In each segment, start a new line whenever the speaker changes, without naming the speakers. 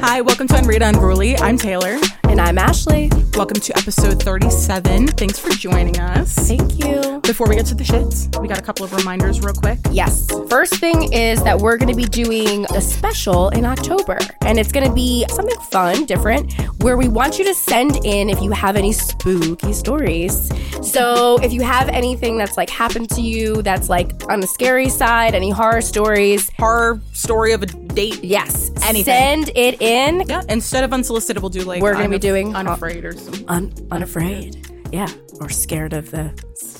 Hi, welcome to Unread Unruly. I'm Taylor.
And I'm Ashley.
Welcome to episode 37. Thanks for joining us.
Thank you.
Before we get to the shits, we got a couple of reminders real quick.
Yes. First thing is that we're going to be doing a special in October, and it's going to be something fun, different, where we want you to send in if you have any spooky stories. So if you have anything that's like happened to you, that's like on the scary side, any horror stories,
Horror story of a date.
yes,
Anything.
send it in.
Yeah. Instead of unsolicited, we'll do like
We're gonna
I'm
be doing-
unafraid or something.
Un- unafraid. Yeah. Or scared of the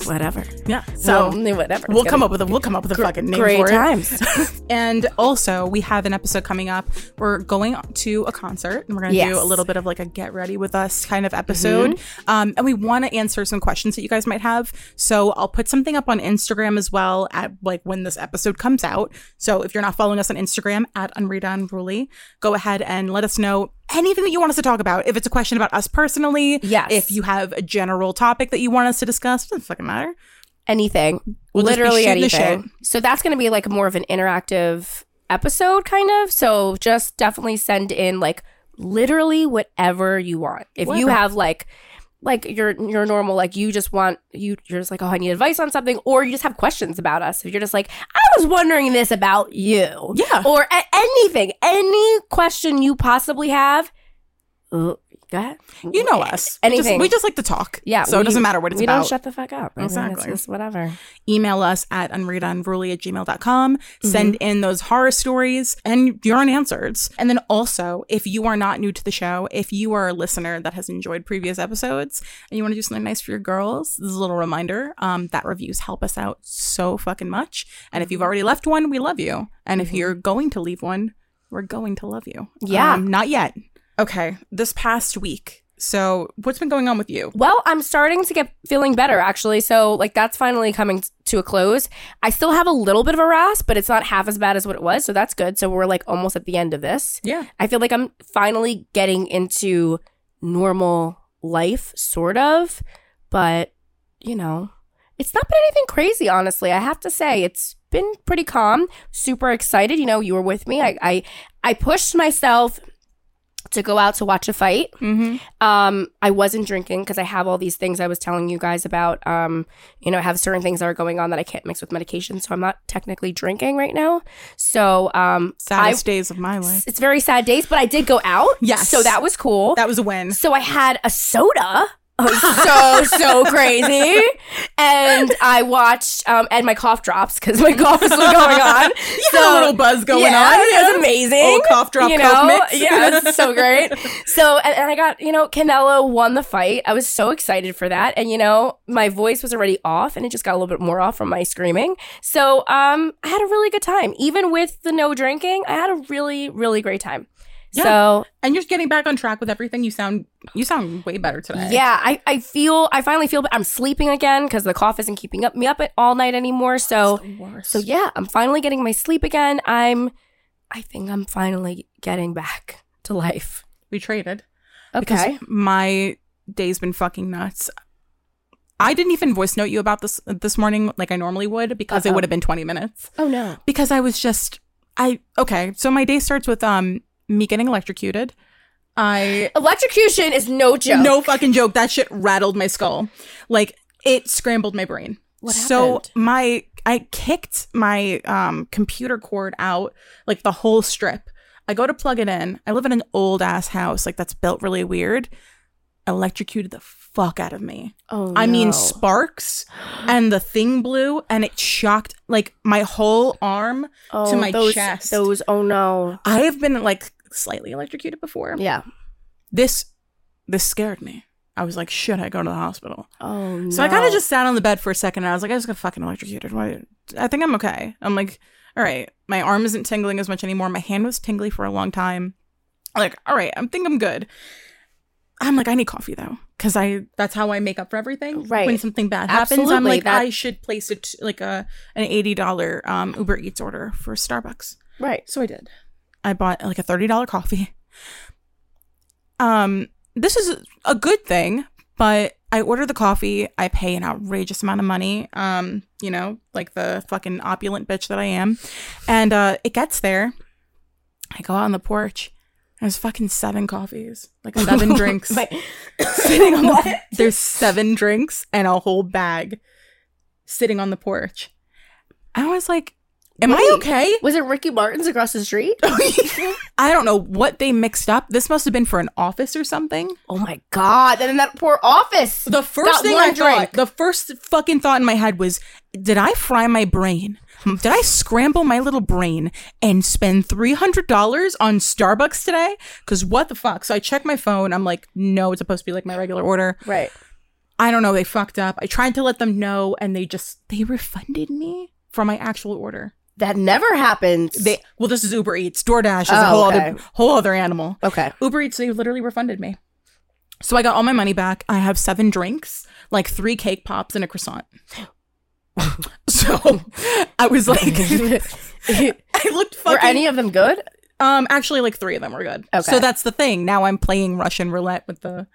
whatever.
Yeah. So
Well, whatever.
we'll come up with a we'll come up with a fucking name
great
for it.
times.
And also, we have an episode coming up. We're going to a concert and we're going to do
Yes.
a
Mm-hmm.
little bit of like a get ready with us kind of episode. Um, and we want to answer some questions that you guys might have. So I'll put something up on Instagram as well at like when this episode comes out. So if you're not following us on Instagram at Unread Unruly, go ahead and let us know anything that you want us to talk about. If it's a question about us personally,
Yes.
if you have a general topic that you want us to discuss, doesn't fucking matter.
anything.
We'll just be
literally
shooting the
anything. So that's going to be like more of an interactive episode, kind of. So just definitely send in like literally whatever you want. If you
Whatever.
have like like your your normal like you just want you you're just like oh I need advice on something or you just have questions about us. If you're just like I was wondering this about you.
Yeah.
Or a- anything, any question you possibly have. Oh, go ahead.
You know us. We just-
Anything.
we just like to talk.
Yeah,
So it
we-
doesn't matter what it's
we
about.
don't shut the fuck up. I mean, it's
Exactly.
just whatever.
email us at unreadunruly at gmail.com. Send in those horror stories and your unanswered. And then also, if you are not new to the show, if you are a listener that has enjoyed previous episodes and you want to do something nice for your girls, this is a little reminder um, that reviews help us out so fucking much. And if you've already left one, we love you. And if you're going to leave one, we're going to love you.
Yeah.
Um, not yet. Okay. This past week. So, what's been going on with you?
Well, I'm starting to get feeling better actually. So, like, that's finally coming t- to a close. I still have a little bit of a rasp, but it's not half as bad as what it was. So, that's good. So, we're like almost at the end of this.
Yeah.
I feel like I'm finally getting into normal life, sort of. But, you know, it's not been anything crazy, honestly. I have to say, it's been pretty calm, super excited. You know, you were with me. I, I, I pushed myself to go out to watch a fight.
Mm-hmm.
Um, I wasn't drinking because I have all these things I was telling you guys about. Um, you know, I have certain things that are going on that I can't mix with medication, so I'm not technically drinking right now. So, um, I,
Saddest days of my life.
it's very sad days, but I did go out.
Yes.
so that was cool.
That was a win.
so I had a soda. Oh, so so crazy, and I watched um, and my cough drops because my cough is still going on.
You had a little buzz going
yeah,
on.
It was amazing.
Old cough drop
you
cough
know?
mix.
yeah, it's so great. So, and, and I got, you know, Canelo won the fight. I was so excited for that. And, you know, my voice was already off and it just got a little bit more off from my screaming. So, um, I had a really good time. Even with the no drinking, I had a really, really great time.
Yeah.
So,
and you're getting back on track with everything. You sound you sound way better today.
yeah, I, I feel, I finally feel, I'm sleeping again because the cough isn't keeping up me up at all night anymore. So, so yeah, I'm finally getting my sleep again. I'm, I think I'm finally getting back to life.
we traded. because
Okay.
my day's been fucking nuts. I didn't even voice note you about this this morning like I normally would because it
Uh-oh.
would have been 20 minutes.
Oh no.
Because I was just I okay. So my day starts with um me getting electrocuted. I
Electrocution is no joke.
No fucking joke. That shit rattled my skull. Like it scrambled my brain.
What
so
happened?
my I kicked my um computer cord out, like the whole strip. I go to plug it in. I live in an old ass house, like that's built really weird. Electrocuted the fuck out of me.
Oh,
I mean
no.
sparks and the thing blew and it shocked like my whole arm
Oh,
to my
those,
chest.
Those. Oh no.
I have been like slightly electrocuted before.
Yeah.
This this scared me. I was like, should I go to the hospital?
Oh no.
So I kind of just sat on the bed for a second and I was like, I just got fucking electrocuted. Why? I think I'm okay. I'm like, all right, my arm isn't tingling as much anymore. My hand was tingly for a long time. I'm like, all right, I think I'm good. I'm like, I need coffee though, because I that's how I make up for everything.
Right.
When something bad happens, I'm
Absolutely,
like,
that-
I should place it like a an eighty dollar um, Uber Eats order for Starbucks.
right.
So I did. I bought like a thirty dollar coffee. Um, this is a good thing, but I order the coffee. I pay an outrageous amount of money. Um, you know, like the fucking opulent bitch that I am, and uh, it gets there. I go out on the porch. It was fucking seven coffees, like seven drinks.
But-
sitting on
What?
the, there's seven drinks and a whole bag sitting on the porch. I was like, "Am
Wait.
I okay?"
Was it Ricky Martin's across the street?
Oh, I don't know what they mixed up. This must have been for an office or something.
Oh my god! And in that poor office.
The first
Got
thing
one
I
drink.
thought, the first fucking thought in my head was, did I fry my brain? Did I scramble my little brain and spend three hundred dollars on Starbucks today? Because what the fuck? So I check my phone. I'm like, no, it's supposed to be like my regular order.
Right.
I don't know. They fucked up. I tried to let them know, and they just they refunded me for my actual order.
That never happens.
They well, this is Uber Eats, DoorDash is a
Oh,
whole
okay.
other whole other animal.
okay.
Uber Eats, they literally refunded me. So I got all my money back. I have seven drinks, like three cake pops and a croissant. so I was like, I looked
Were
fucking.
any of them good?
um, actually, like three of them were good.
Okay.
So that's the thing. Now I'm playing Russian roulette with the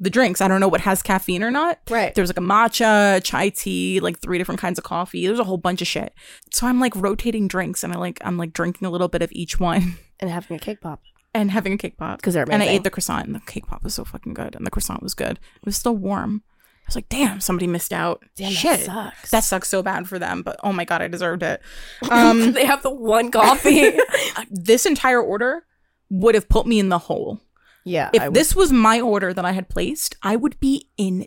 the drinks. I don't know what has caffeine or not.
Right.
There was like a matcha, chai tea, like three different kinds of coffee. There's a whole bunch of shit. So I'm like rotating drinks, and I like I'm like drinking a little bit of each one.
And having a cake pop.
and having a cake pop
'Cause they're
and I
amazing.
ate the croissant and the cake pop was so fucking good and the croissant was good. It was still warm. I was like, damn, somebody missed out.
Damn, that
Shit,
sucks.
That sucks so bad for them. But oh my god, I deserved it. Um,
they have the one coffee.
this entire order would have put me in the hole.
yeah.
If
I would-
this was my order that I had placed, I would be in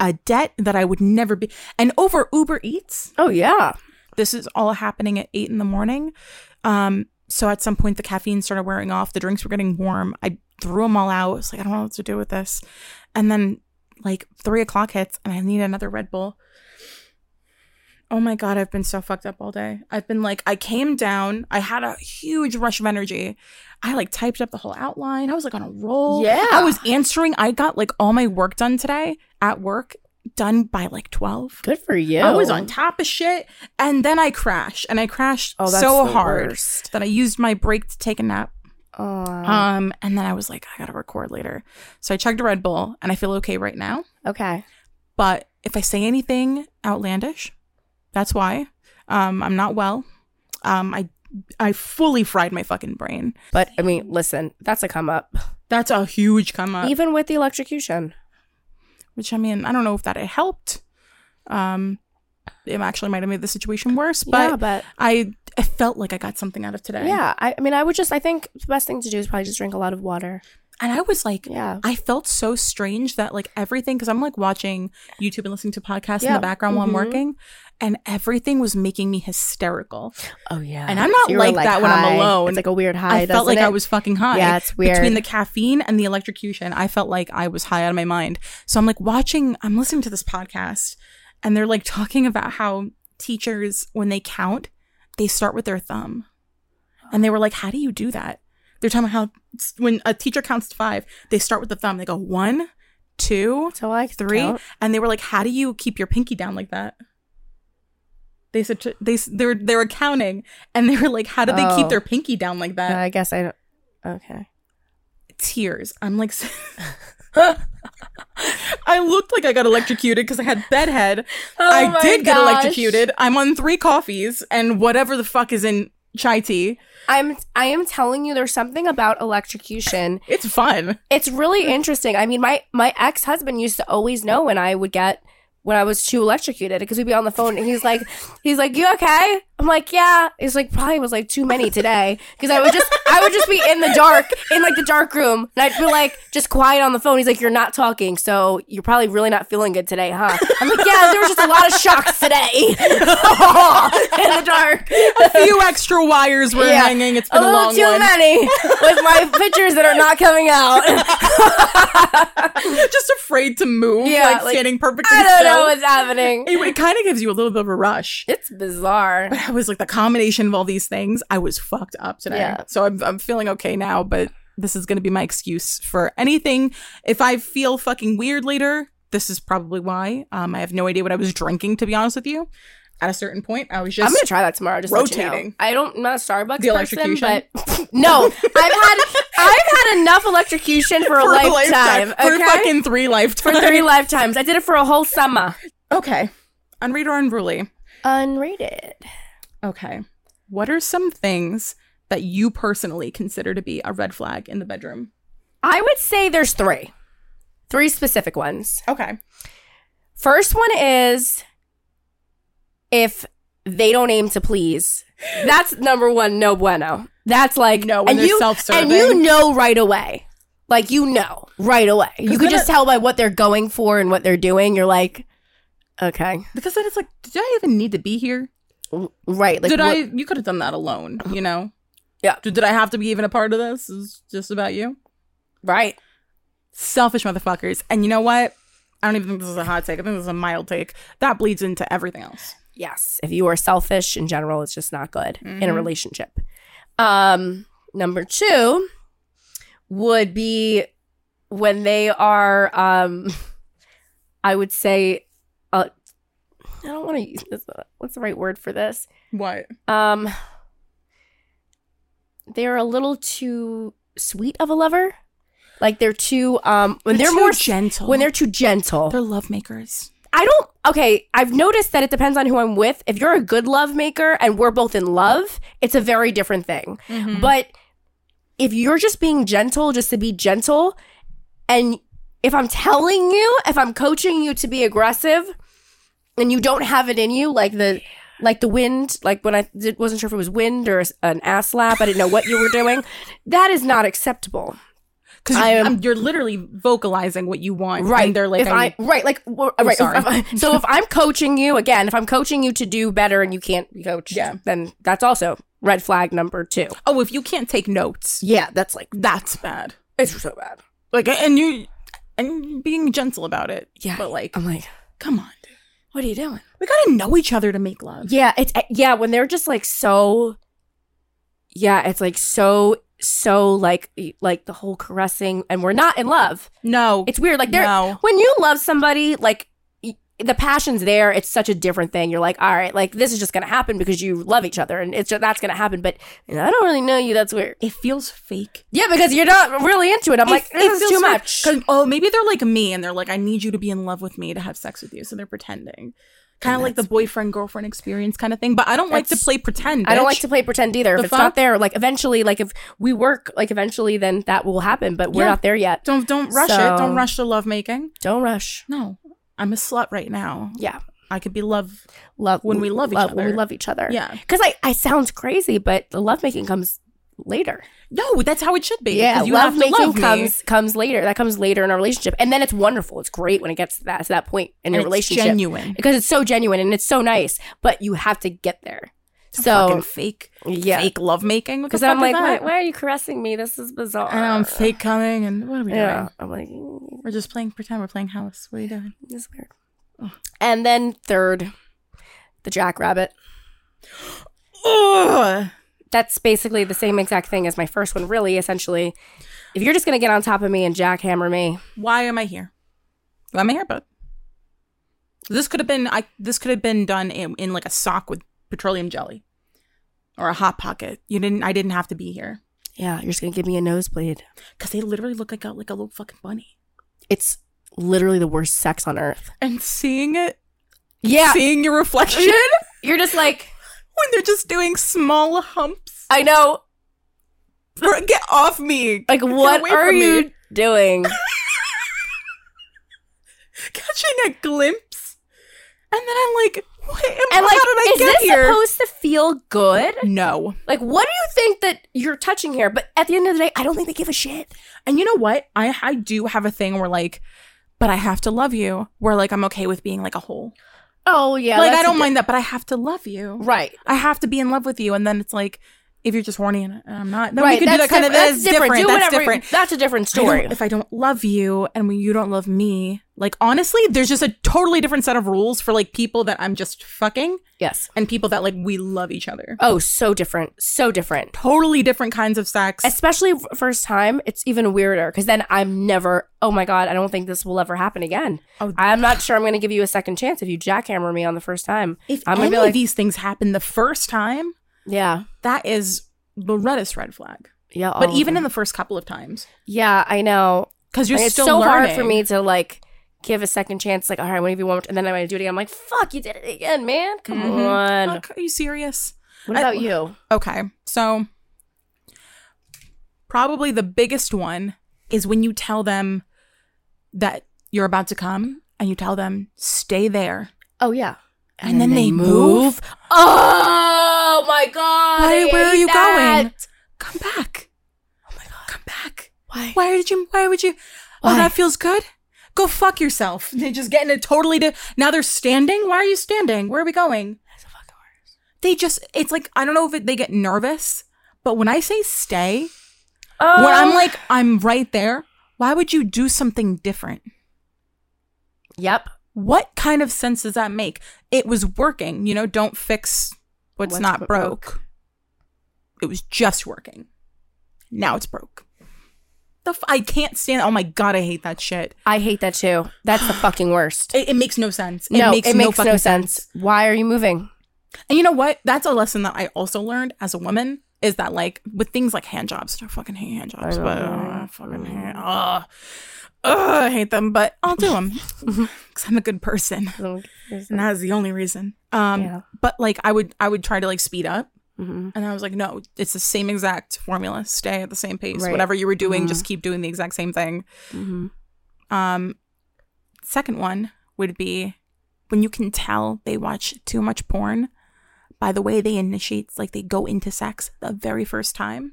a debt that I would never be. And over Uber Eats,
oh yeah.
this is all happening at eight in the morning. Um, so at some point the caffeine started wearing off, the drinks were getting warm. I threw them all out. I was like, I don't know what to do with this. And then like three o'clock hits and I need another Red Bull. Oh my God, I've been so fucked up all day. I've been like, I came down, I had a huge rush of energy. I like typed up the whole outline. I was like on a roll.
Yeah.
I was answering. I got like all my work done today at work, done by like 12.
Good for you.
I was on top of shit, and then I crashed, and I crashed
Oh, that's
so
the
hard
worst. Oh.
that I used my break to take a nap.
Aw.
Um, and then I was like, I gotta record later, so I chugged a Red Bull, and I feel okay right now.
okay.
But if I say anything outlandish, that's why. Um, I'm not well. Um, I I fully fried my fucking brain.
But I mean, listen, that's a come up.
That's a huge come up.
Even with the electrocution.
Which I mean, I don't know if that it helped. Um, it actually might have made the situation worse, but.
yeah, but uh,
I I felt like I got something out of today.
yeah. I, I mean, I would just. I think the best thing to do is probably just drink a lot of water.
And I was like,
Yeah.
I felt so strange that like everything, because I'm like watching YouTube and listening to podcasts in
Yeah.
the background while I'm
Mhm.
working, and everything was making me hysterical.
Oh yeah.
And I'm not
you were,
like that when I'm
high.
alone.
It's like a weird high.
I felt
doesn't
like I
it?
was fucking high.
Yeah, it's
Between
weird.
the caffeine and the electrocution, I felt like I was high out of my mind. So I'm like watching, I'm listening to this podcast, and they're like talking about how teachers, when they count, they start with their thumb. And they were like, How do you do that? They're talking about how when a teacher counts to five, they start with the thumb. They go one, two,
So I could
three.
count.
And they were like, How do you keep your pinky down like that? They said to- they s- they were they were counting and they were like, how do they
Oh.
keep their pinky down like that?
Uh, I guess I don't. Okay.
tears. I'm like, I looked like I got electrocuted because I had bedhead.
Oh
I did get electrocuted. I'm on three coffees and whatever the fuck is in chai tea.
I'm. I am telling you, there's something about electrocution
It's fun.
It's really interesting. I mean, my my ex husband used to always know when I would get when I was too electrocuted because we'd be on the phone and he's like, he's like, you okay? I'm like, yeah. He's like, probably was like too many today because I would just I would just be in the dark in like the dark room and I'd be like just quiet on the phone. He's like, you're not talking, so you're probably really not feeling good today, huh? I'm like, yeah, there was just a lot of shocks today in the dark.
A few extra wires were
Yeah. Oh,
hanging. It's
A
been a,
little
long
too
one.
many with my pictures that are not coming out.
Just afraid to move,
Yeah,
like,
like,
standing perfectly
I don't
still.
know what's happening.
it it kind of gives you a little bit of a rush.
It's bizarre.
I was like the combination of all these things. I was fucked up today,
Yeah.
so I'm I'm feeling okay now. But this is going to be my excuse for anything. If I feel fucking weird later, this is probably why. Um, I have no idea what I was drinking to be honest with you. At a certain point, I was
I'm
just
gonna try that tomorrow. Just rotating.
Rotating.
I don't. I'm not a Starbucks
The
person,
electrocution?
but no, I've had I've had enough electrocution for a
for a
lifetime.
for
okay,
fucking three
for
lifetimes.
three lifetimes. I did it for a whole summer.
okay, unread or unruly.
Unrated.
Okay, what are some things that you personally consider to be a red flag in the bedroom?
I would say there's three, three specific ones.
Okay.
First one is if they don't aim to please. That's number one, no bueno. That's like
No, when
and
they're
you-
self-serving.
and you know right away. Like you know right away. You
then
could just
it-
tell by what they're going for and what they're doing. You're like, okay,
Because then it's like, did I even need to be here?
right? Like
did
what-
I? You could have done that alone, you know?
Yeah.
Did, did I have to be even a part of this? Is just about you?
right?
Selfish motherfuckers. And you know what? I don't even think this is a hot take. I think this is a mild take. That bleeds into everything else.
Yes. If you are selfish in general, it's just not good in
Mm-hmm.
a relationship. Um, number two would be when they are, um, I would say, uh, I don't want to use this. What's the right word for this?
What?
Um, they're a little too sweet of a lover. Like they're too, um, when they're,
too
more
gentle.
when they're too gentle.
they're lovemakers.
I don't. Okay, I've noticed that it depends on who I'm with. If you're a good lovemaker and we're both in love, it's a very different thing. But if you're just being gentle, just to be gentle, and if I'm telling you, if I'm coaching you to be aggressive, and you don't have it in you, like the like the wind, like when I did, wasn't sure if it was wind or an ass lap, I didn't know what you were doing. That is not acceptable.
Because
I am-
you're literally vocalizing what you want.
right
And they're like,
if i right like w- right
sorry.
if I- so if i'm coaching you again if i'm coaching you to do better and you can't be coached
Yeah.
then that's also red flag number two
oh, if you can't take notes,
yeah that's like
that's bad.
it's so bad
Like, and you, and being gentle about it.
yeah
But like,
i'm like
come on, dude.
what are you doing
We gotta know each other to make love.
yeah it's eh, yeah when they're just like so yeah it's like so so like like the whole caressing and we're not in love
No.
It's weird. Like there,
No.
when you love somebody, like y- the passion's there. It's such a different thing. You're like, all right, like this is just gonna happen because you love each other, and it's just, that's gonna happen. But you know, I don't really know you. That's weird.
it feels fake.
Yeah, because you're not really into it. I'm like,
It- it
this is
feels
too
weird.
much.
'Cause- Oh, maybe they're like me and they're like, I need you to be in love with me to have sex with you. So they're pretending. Kind of like the boyfriend girlfriend experience kind of thing. But I don't like to
That's-
play pretend.
I don't
bitch.
like to play pretend either. If
The
it's not
fuck?
there, like eventually, like if we work, like eventually, then that will happen. But we're
Yeah.
not there yet.
Don't don't rush it.
So-
Don't rush the lovemaking.
Don't rush.
No. I'm a slut right now.
Yeah,
I could be love
love
When we love each
When we
other.
love each other.
Yeah.
because I, I sounds crazy, but the lovemaking comes later.
No, that's how it should be.
Yeah,
'Cause you
love
have to
making
love me.
comes comes later. That comes later in our relationship, and then it's wonderful. It's great when it gets to that to that point in
And
your
it's
relationship,
genuine.
because it's so genuine and it's so nice. But you have to get there.
Fucking
so
fake,
Yeah.
fake love making.
because I'm like, why, why are you caressing me? This is bizarre.
and I'm fake coming, and what are we
yeah,
doing?
I'm like, mm,
We're just playing pretend. We're playing house. What are you doing?
this is weird. And then third, the jackrabbit.
Ugh.
That's basically the same exact thing as my first one. Really, essentially, if you're just gonna get on top of me and jackhammer me,
why am I here? Why am I here, bud? This could have been I. This could have been done in, in like a sock with petroleum jelly, or a hot pocket. You didn't. I didn't have to be here
yeah, you're just gonna give me a nosebleed.
because they literally look like a, like a little fucking bunny.
It's literally the worst sex on earth.
And seeing it,
Yeah.
seeing your reflection
You're just like,
when they're just doing small humps.
I know.
Bro, Get off me!
Like, what
away
are
from me.
you doing?
Catching a glimpse, and then I'm like, what? am-
And like,
how did I
is
get
this
here?
supposed to feel good?
no.
Like, what do you think that you're touching here? But at the end of the day, I don't think they give a shit.
And you know what? I I do have a thing where like, but I have to love you. Where like I'm okay with being like a whole.
Oh yeah,
like I don't mind that, but I have to love you.
Right,
I have to be in love with you. And then it's like, if you're just horny and I'm not, then
right.
we can do that kind of.
diff-
That's different.
Do
that's
whatever-
different.
That's a different
I don't-
story.
if I don't love you and when you don't love me, like honestly, there's just a totally different set of rules for like people that I'm just fucking
Yes.
and people that like we love each other.
Oh, so different. So different.
Totally different kinds of sex.
Especially f- first time, it's even weirder because then I'm never. Oh my god, I don't think this will ever happen again.
Oh.
I'm not sure I'm going to give you a second chance if you jackhammer me on the first time.
if
I'm gonna
any
be
of
like,
these things happen the first time,
yeah,
that is the reddest red flag.
yeah.
but
all of
even
them.
in the first couple of times
Yeah, I know.
because you're
Like, it's
still
so
learning.
hard for me to like give a second chance. Like, all right, I'm gonna give you one more, and then I'm gonna do it again. I'm like, fuck, you did it again, man. Come
Mhm.
on.
Fuck, are you serious
What about
I-
you?
okay so Probably the biggest one is when you tell them that you're about to come and you tell them, stay there.
Oh yeah.
And, then, they move.
Oh my god.
Why-
I
where are
hate
you
that.
going? Come back. Oh my God. Come back.
Why?
Why did you? Why would you? Oh,
Why?
that feels good. Go fuck yourself. They just get in a totally. Di- now they're standing. Why are you standing? Where are we going?
That's the fucking worst.
They just. It's like I don't know if it, they get nervous, but when I say stay,
Oh.
when I'm like I'm right there. Why would you do something different?
Yep.
What kind of sense does that make? It was working. You know, don't fix what's,
What's
not
bro-
broke.
broke.
It was just working. Now it's broke. The f- I can't stand. Oh my god, I hate that shit.
I hate that too. That's the fucking worst.
It, it makes no sense. It
no,
makes
it
no
makes no,
fucking
sense. Why are you moving?
And you know what? That's a lesson that I also learned as a woman is that like with things like hand jobs, I fucking hate hand jobs,
know.
but uh, I fucking hate, uh, I hate them, but I'll do them because I'm a good person, and that is the only reason. Um,
Yeah.
but like I would, I would try to like speed up,
Mhm.
and I was like, no, it's the same exact formula. Stay at the same pace.
Right.
Whatever you were doing,
Mhm.
just keep doing the exact same thing.
Mhm.
Um, second one would be when you can tell they watch too much porn by the way they initiate, like they go into sex the very first time,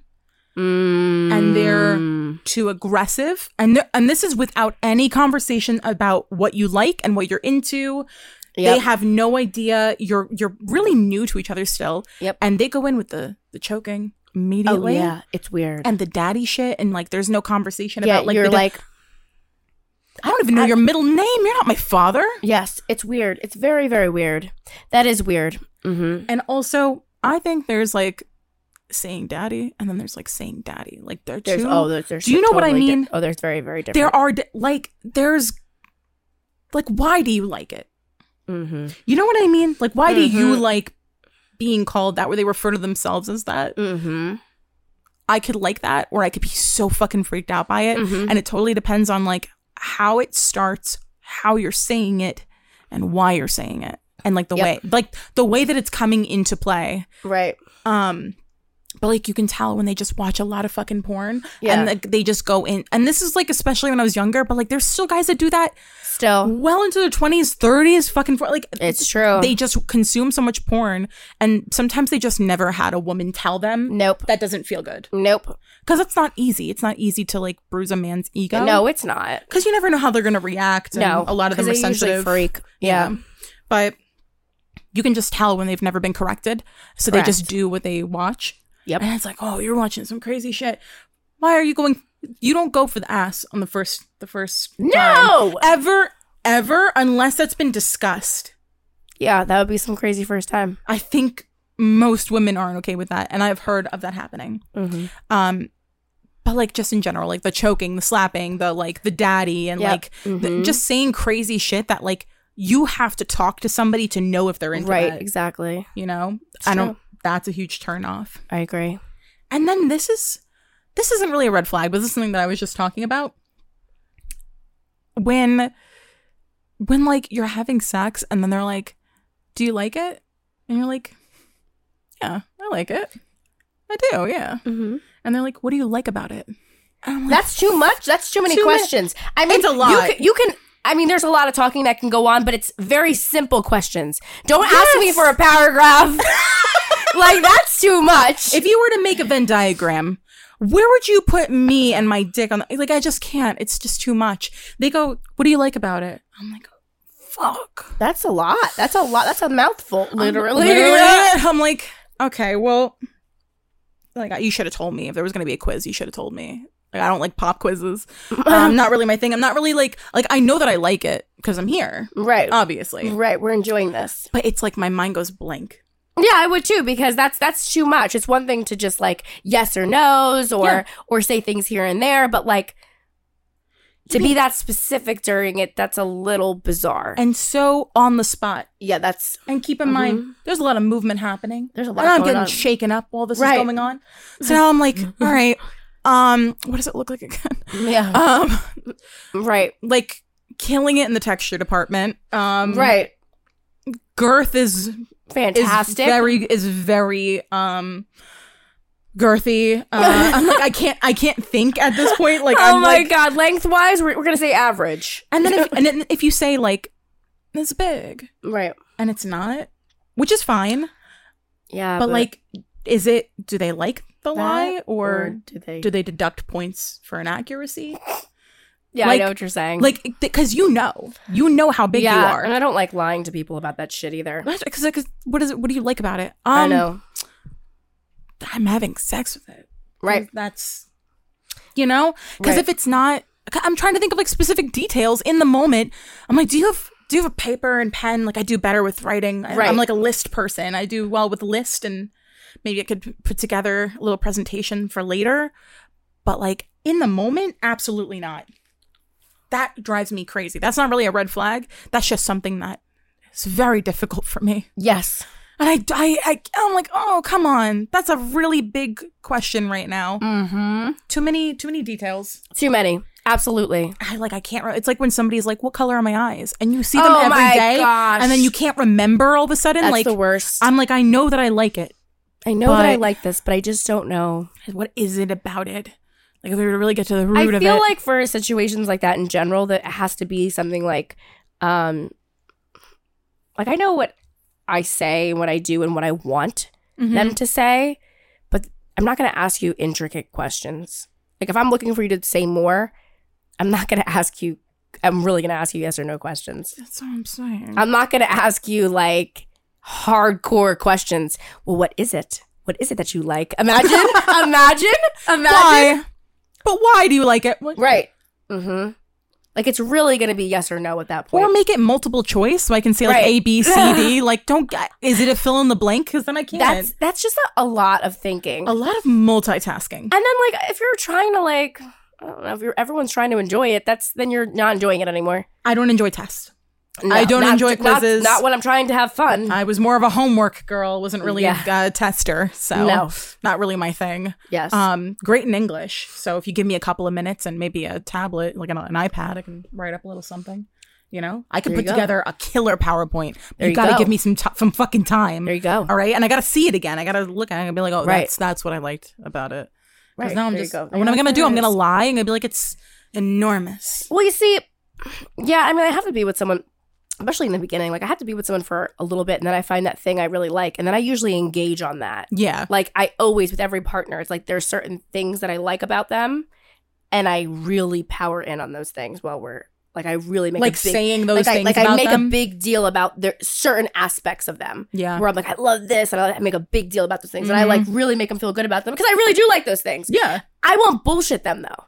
And
they're-
Mm-hmm.
too aggressive, and th- and this is without any conversation about what you like and what you're into. They
Yep.
have no idea you're you're really new to each other still,
Yep.
and they go in with the the choking
oh
immediately.
yeah, it's weird.
And the daddy shit, and like, there's no conversation
yeah,
about like,
you're
the,
like,
I don't even know your middle name. You're not my father.
yes, it's weird. It's very, very weird. That is weird. Mm-hmm.
And also, I think there's like saying daddy, and then there's like saying daddy. Like they're
There's
two.
oh, there's, there's
do you know what I
totally di-
mean?
oh, there's very, very different.
there are d- like there's like why do you like it?
Mm-hmm.
You know what I mean? Like why do you
Mhm.
like being called that? Where they refer to themselves as that?
Mm-hmm.
I could like that, or I could be so fucking freaked out by it.
Mhm.
And it totally depends on like how it starts, how you're saying it, and why you're saying it, and like the
Yep.
way like the way that it's coming into play.
Right.
Um, but like you can tell when they just watch a lot of fucking porn,
Yeah.
and like they just go in. And this is like especially when I was younger, but like there's still guys that do that
Still,
well into their twenties, thirties, fucking for like
it's oh. true.
they just consume so much porn, and sometimes they just never had a woman tell them
nope.
that doesn't feel good
Nope.
because it's not easy. It's not easy to like bruise a man's ego.
No, it's not.
because you never know how they're gonna react. And
No,
a lot of them
'cause
are
they usually
sensitive.
Freak. Yeah.
Um, but you can just tell when they've never been corrected, so they just
Correct.
do what they watch.
Yep.
And it's like, oh, you're watching some crazy shit. Why are you going? You don't go for the ass on the first, the first. time.
No.
ever, ever, unless that's been discussed.
Yeah, that would be some crazy first time.
I think most women aren't okay with that, and I've heard of that happening.
Mm-hmm.
Um, but like just in general, like the choking, the slapping, the like the daddy, and
Yep. Mm-hmm.
like the, just saying crazy shit that like you have to talk to somebody to know if they're into
Right.
that.
Exactly.
You know,
It's
I don't. That's a huge turnoff.
I agree.
And then this is this isn't really a red flag, but this is something that I was just talking about. When when like you're having sex and then they're like, Do you like it? And you're like, Yeah, I like it. I do, yeah.
Mm-hmm.
And they're like, What do you like about it? And I'm like,
That's too much. That's too many
Too many-
questions. I mean,
It's a lot.
You can, you can. I mean, there's a lot of talking that can go on, but it's very simple questions. Don't ask me
Yes.
for a paragraph. like that's too much.
if you were to make a Venn diagram, where would you put me and my dick on the like I just can't. It's just too much. They go, What do you like about it? I'm like, fuck.
that's a lot. That's a lot. That's a mouthful. Literally. Um,
I'm like, okay, well, like you should have told me if there was gonna be a quiz. You should have told me. Like I don't like pop quizzes. Um, not really my thing. I'm not really like like I know that I like it because I'm here,
Right.
obviously.
right. We're enjoying this.
But it's like my mind goes blank.
Yeah, I would too because that's that's too much. It's one thing to just like yes or no's or
Yeah.
or say things here and there, but like to be that specific during it, that's a little bizarre.
And so on the spot.
yeah, that's
And keep in mind, there's a lot of movement happening.
there's Mm-hmm. a lot.
And I'm
going
getting
on.
shaken up while this
Right.
is going on. So now I'm like, all right, um, what does it look like again?
Yeah,
Um,
right,
like killing it in the texture department. Um,
right.
girth is is
Fantastic.
very is very um girthy. Uh, I'm like, I can't, I can't think at this point. Like,
oh
I'm
my
like,
god, lengthwise, we're, we're gonna say average.
and then if, and then if you say like it's big
Right.
and it's not, which is fine,
Yeah.
but, like, is it? Do they like the lie
that,
or,
do they?
do they deduct points for inaccuracy?
Um, yeah,
like-
I know what you're saying.
Like, because you know, you know how big
yeah,
you
and
are.
I don't like lying to people about that shit either.
Because what is it? What do you like about it? Um,
I know.
I'm having sex with it.
Right.
That's, you know, because
Right.
if it's not, I'm trying to think of like specific details in the moment. I'm like, do you have do you have a paper and pen? Like I do better with writing. I,
Right.
I'm like a list person. I do well with list, and maybe I could p- put together a little presentation for later. But like in the moment, absolutely not. That drives me crazy. That's not really a red flag. That's just something that is very difficult for me.
Yes.
And I, I, I, I'm like, oh, come on. That's a really big question right now.
Mm-hmm.
Too many, too many details.
Too many. Absolutely.
I like, I can't. Re- it's like when somebody's like, what color are my eyes? And you see them
Oh
every day,
my gosh.
and then you can't remember all of a sudden.
That's
like,
the worst. i
I'm like, I know that I like it.
know that I
but-
like this, but I just don't know.
What is it about it? Like, if we were to really get to the
I
root of
feel
it,
like for situations like that in general, that it has to be something like, um, like I know what I say, what I do, and what I want
Mhm.
them to say, but I'm not going to ask you intricate questions. Like if I'm looking for you to say more, I'm not going to ask you. I'm really going to ask you yes or no questions.
that's what I'm saying.
I'm not going to ask you like hardcore questions. Well, what is it? What is it that you like? Imagine, imagine, imagine.
why? But why do you like it? Like-
Right. Mm-hmm. Like it's really gonna be yes or no at that point.
Or make it multiple choice so I can say like
Right.
A, B, C, D. like, don't. uh, Is it a fill in the blank? Because then I can't.
that's that's just a, a lot of thinking.
a lot of multitasking.
and then like if you're trying to like I don't know if you're everyone's trying to enjoy it, that's then you're not enjoying it anymore.
I don't enjoy tests.
No,
I don't
not-
enjoy
not-
quizzes. Uh,
Not, when I'm trying to have fun.
I was more of a homework girl, wasn't really
Yeah.
a uh, tester, so
No.
not really my thing.
Yes.
Um, great in English, so if you give me a couple of minutes and maybe a tablet, like an, an iPad, I can write up a little something. You know, I can
There
put
you go.
together a killer PowerPoint.
There
you
you
got to
go.
give me some t- some fucking time.
there you go.
All right, and I got to see it again. I got to look at it and be like, oh,
Right.
that's that's what I liked about it. 'Cause
Right,
now I'm
there you
just
go.
what am I gonna do? I'm gonna
Yes.
lie and gonna be like, it's enormous.
Well, you see, yeah, I mean, I have to be with someone, especially in the beginning. Like I have to be with someone for a little bit, and then I find that thing I really like, and then I usually engage on that.
Yeah,
like I always with every partner, it's like there's certain things that I like about them, and I really power in on those things while we're like I really make
like
a big,
saying those
like I,
things
like
about
I make
them.
a big deal about their certain aspects of them.
yeah, Mm-hmm.
Where I'm like, I love this, and I make a big deal about those things, and I like really make them feel good about them because I really do like those things.
yeah.
I won't bullshit them though.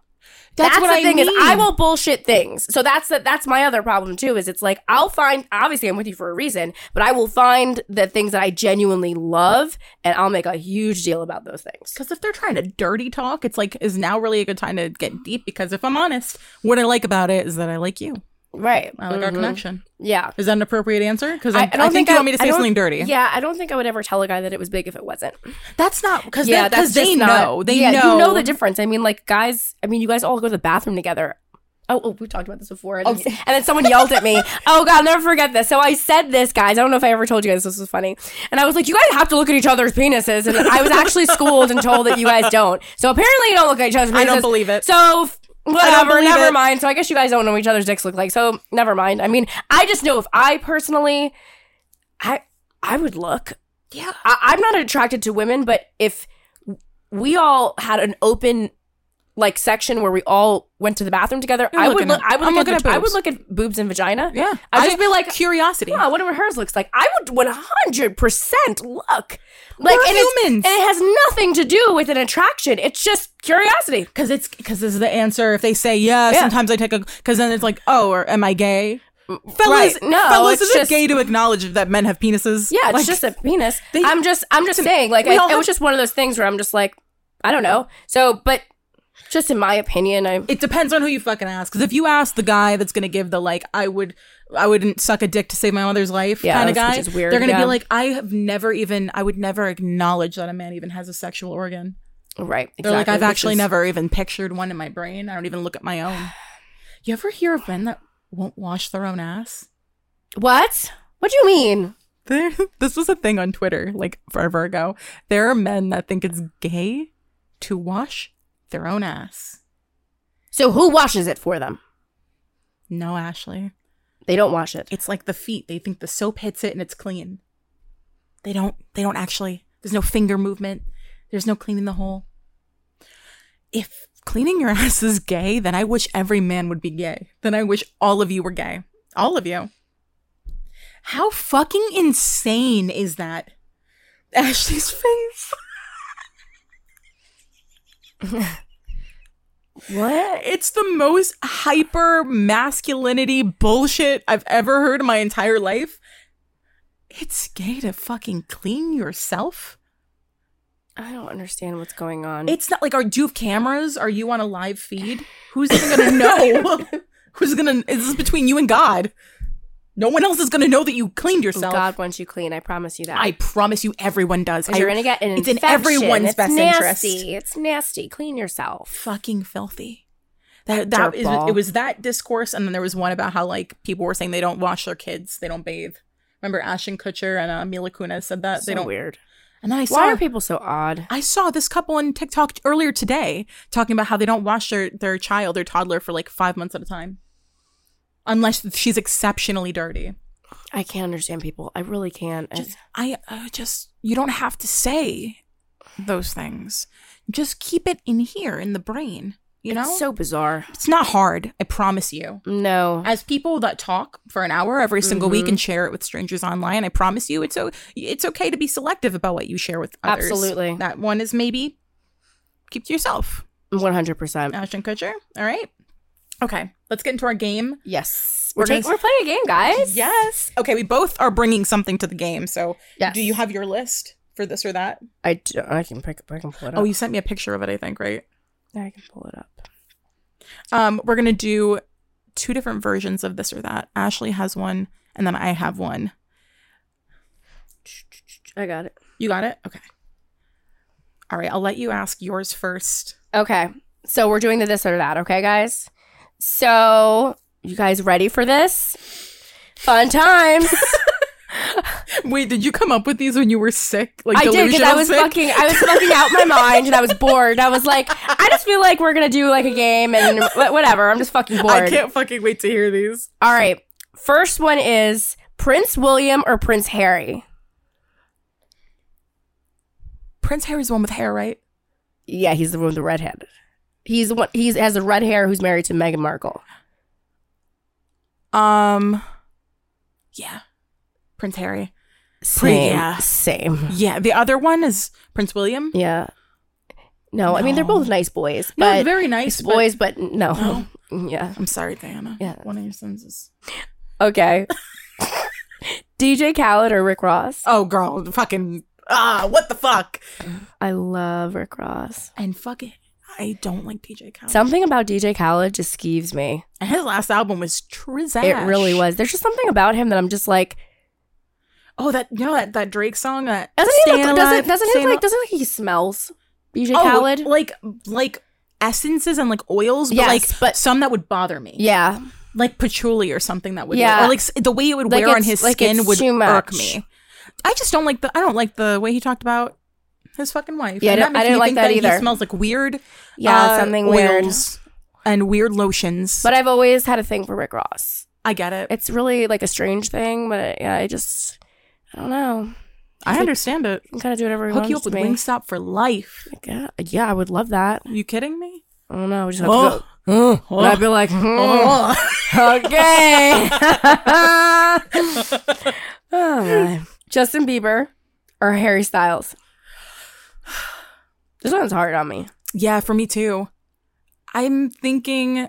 That's, what
the
I
thing
mean.
is, I will bullshit things. So that's the, that's my other problem too. Is it's like I'll find. Obviously, I'm with you for a reason, but I will find the things that I genuinely love, and I'll make a huge deal about those things.
Because if they're trying to dirty talk, it's like, is now really a good time to get deep? Because if I'm honest, what I like about it is that I like you.
Right.
I like our
Mhm.
connection.
Yeah.
Is that an appropriate answer? Because I,
I-
I,
I don't
think,
think
you
I-
want me to
I
say
don't-
something dirty.
Yeah, I don't think I would ever tell a guy that it was big if it wasn't.
That's not because
yeah,
yeah,
that's
because they
just not-
know they
yeah,
know.
You know the difference. I mean, like guys. I mean, you guys all go to the bathroom together. Oh, oh we talked about this before, and,
Oh.
and then someone yelled at me. Oh God, I'll never forget this. So I said this, guys. I don't know if I ever told you guys this was funny, and I was like, "You guys have to look at each other's penises," and I was actually schooled and told that you guys don't. So apparently, you don't look at each other's penises.
I don't believe it.
So f- whatever,
believe
never
it.
mind. So I guess you guys don't know what each other's dicks look like. So never mind. I mean, I just know if I personally, I I would look.
yeah,
I, I'm not attracted to women, but if we all had an open like section where we all went to the bathroom together,
You're
I would
looking
look.
at-
I would
I'm
look at,
looking
the-
at
I would
boobs.
look at boobs and vagina.
yeah.
I'd just be like,
curiosity.
Wow, I wonder what hers looks like. I would 100 percent look like
We're
and it's-
humans.
and it has nothing to do with an attraction. It's just curiosity.
Because it's because this is the answer. If they say yeah,
Yeah.
sometimes I take a because then it's like oh, or am I gay? Fellas,
Mm, right. No,
fellas,
it's
is it
just-
gay to acknowledge that men have penises?
Yeah, it's
Like,
just a penis.
They-
I'm just I'm just saying like I,
we all
it
have-
was just one of those things where I'm just like I don't know. So, but just in my opinion, I
it depends on who you fucking ask. Because if you ask the guy that's gonna give the like, I would, I wouldn't suck a dick to save my mother's life
Yeah,
kind of
that's-
guy,
which is weird,
they're gonna
yeah.
be like, I have never even, I would never acknowledge that a man even has a sexual organ.
right. Exactly.
They're like, I've
which
actually
is-
never even pictured one in my brain. I don't even look at my own. You ever hear of men that won't wash their own ass?
What? What do you mean?
There, this was a thing on Twitter like forever ago. There are men that think it's gay to wash their own ass.
So who washes it for them?
No, Ashley.
They don't wash it.
It's like the feet. They think the soap hits it and it's clean. They don't they don't actually. There's no finger movement. There's no cleaning the hole. If cleaning your ass is gay, then I wish every man would be gay. Then I wish all of you were gay. All of you. How fucking insane is that? Ashley's face.
What?
It's the most hyper masculinity bullshit I've ever heard in my entire life. It's gay to fucking clean yourself.
I don't understand what's going on.
It's not like, are do you have cameras? Are you on a live feed? Who's even gonna know? Who's gonna? This is between you and God. No one else is gonna know that you cleaned yourself.
Oh, God wants you clean. I promise you that.
I promise you, everyone does.
Because
I-
you're gonna get an
it's in
infection.
everyone's
it's
best interest.
nasty. It's nasty. Clean yourself.
fucking filthy. That that is,
Dirtball.
it was that discourse, and then there was one about how like people were saying they don't wash their kids, they don't bathe. Remember Ashton Kutcher and uh, Mila Kunis said that
so
they don't.
weird.
And then I
Why
saw
are people so odd?
I saw this couple on TikTok earlier today talking about how they don't wash their their child, their toddler, for like five months at a time, unless she's exceptionally dirty.
I can't understand people. I really can't. I-
Just I uh, just you don't have to say those things. Just keep it in here in the brain. You know,
it's so bizarre.
it's not hard. I promise you.
No.
as people that talk for an hour every single week and share it with strangers online, I promise you, it's o- it's okay to be selective about what you share with others.
Absolutely.
that one is maybe keep to yourself.
One hundred percent.
Ashton Kutcher. All right, okay, let's get into our game.
Yes. We're,
We're gonna
taking, we're playing a game, guys.
Yes. Okay, we both are bringing something to the game. So,
Yes.
do you have your list for this or that?
I, d- I can pick. I can pull it up.
Oh, you sent me a picture of it. I think right.
I can pull it up.
Um, we're gonna do two different versions of this or that. Ashley has one, and then I have one.
I got it.
You got it? Okay. All right, I'll let you ask yours first.
Okay. So we're doing the this or that, okay, guys? So you guys ready for this? Fun times.
Wait, did you come up with these when you were sick? Like
I did because I was
sick?
fucking I was fucking out my mind and I was bored. I was like, I just feel like we're gonna do like a game and wh- whatever. I'm just fucking bored.
I can't fucking wait to hear these.
All right. First one is Prince William or Prince Harry.
Prince Harry's the one with hair, right?
Yeah, he's the one with the redhead. He's the one. He has the red hair. Who's married to Meghan Markle.
Um Yeah. Prince Harry.
Same.
yeah.
Same.
Yeah, the other one is Prince William.
Yeah. No, I mean they're
No.
both nice boys,
No,
but
very nice but-
boys, but no. Yeah.
I'm sorry, Diana.
Yeah.
One of your sons is
Okay. DJ Khaled or Rick Ross?
Oh girl, fucking ah, what the fuck?
I love Rick Ross.
And fuck it. I don't like DJ Khaled.
Something about DJ Khaled just skeeves me.
and his last album was Trizash.
It really was. There's just something about him that I'm just like.
Oh, that you know that, that Drake song. Uh,
Doesn't he
Stayin'
look?
Alive,
Doesn't doesn't he
Stayin'
like? Doesn't he like he smells? DJ
Al-
Khaled.
Oh, like like essences and like oils, but
Yes,
like
but-
some that would bother me,
yeah.
like patchouli or something that would,
Yeah.
or like s- the way it would
Like
wear on
it's-
his
like
skin
it's
would
too
irk
much.
me. I just don't like the. I don't like the way he talked about his fucking wife.
Yeah, I
And
don't-
makes
I didn't
me
like
think
that
He
either.
smells like weird,
Yeah,
uh,
something weird.
oils and weird lotions.
But I've always had a thing for Rick Ross.
I get it.
It's really like a strange thing, but yeah, I just I don't know.
I understand it.
He can kind of do whatever he
Hook
wants
you up
to
with
me.
Wingstop for life.
Like, yeah, yeah, I would love that.
you kidding me?
I don't know. I just have to
Oh.
go. Oh, and I'd be like, hmm,
Oh.
okay. oh, my. Justin Bieber or Harry Styles? This one's hard on me.
Yeah, for me too. I'm thinking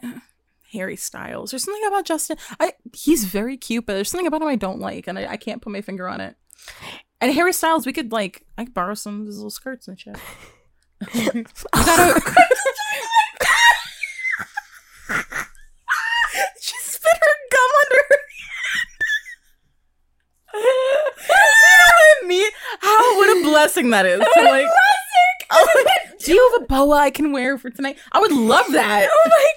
Harry Styles. There's something about Justin. I he's very cute, but there's something about him I don't like, and I, I can't put my finger on it. And Harry Styles, we could like I could borrow some of his little skirts and shit. You gotta- she spit her gum under her hand. you know what I mean? How what a blessing that is. to, like, Oh, do you have a boa I can wear for tonight? I would love that.
Oh my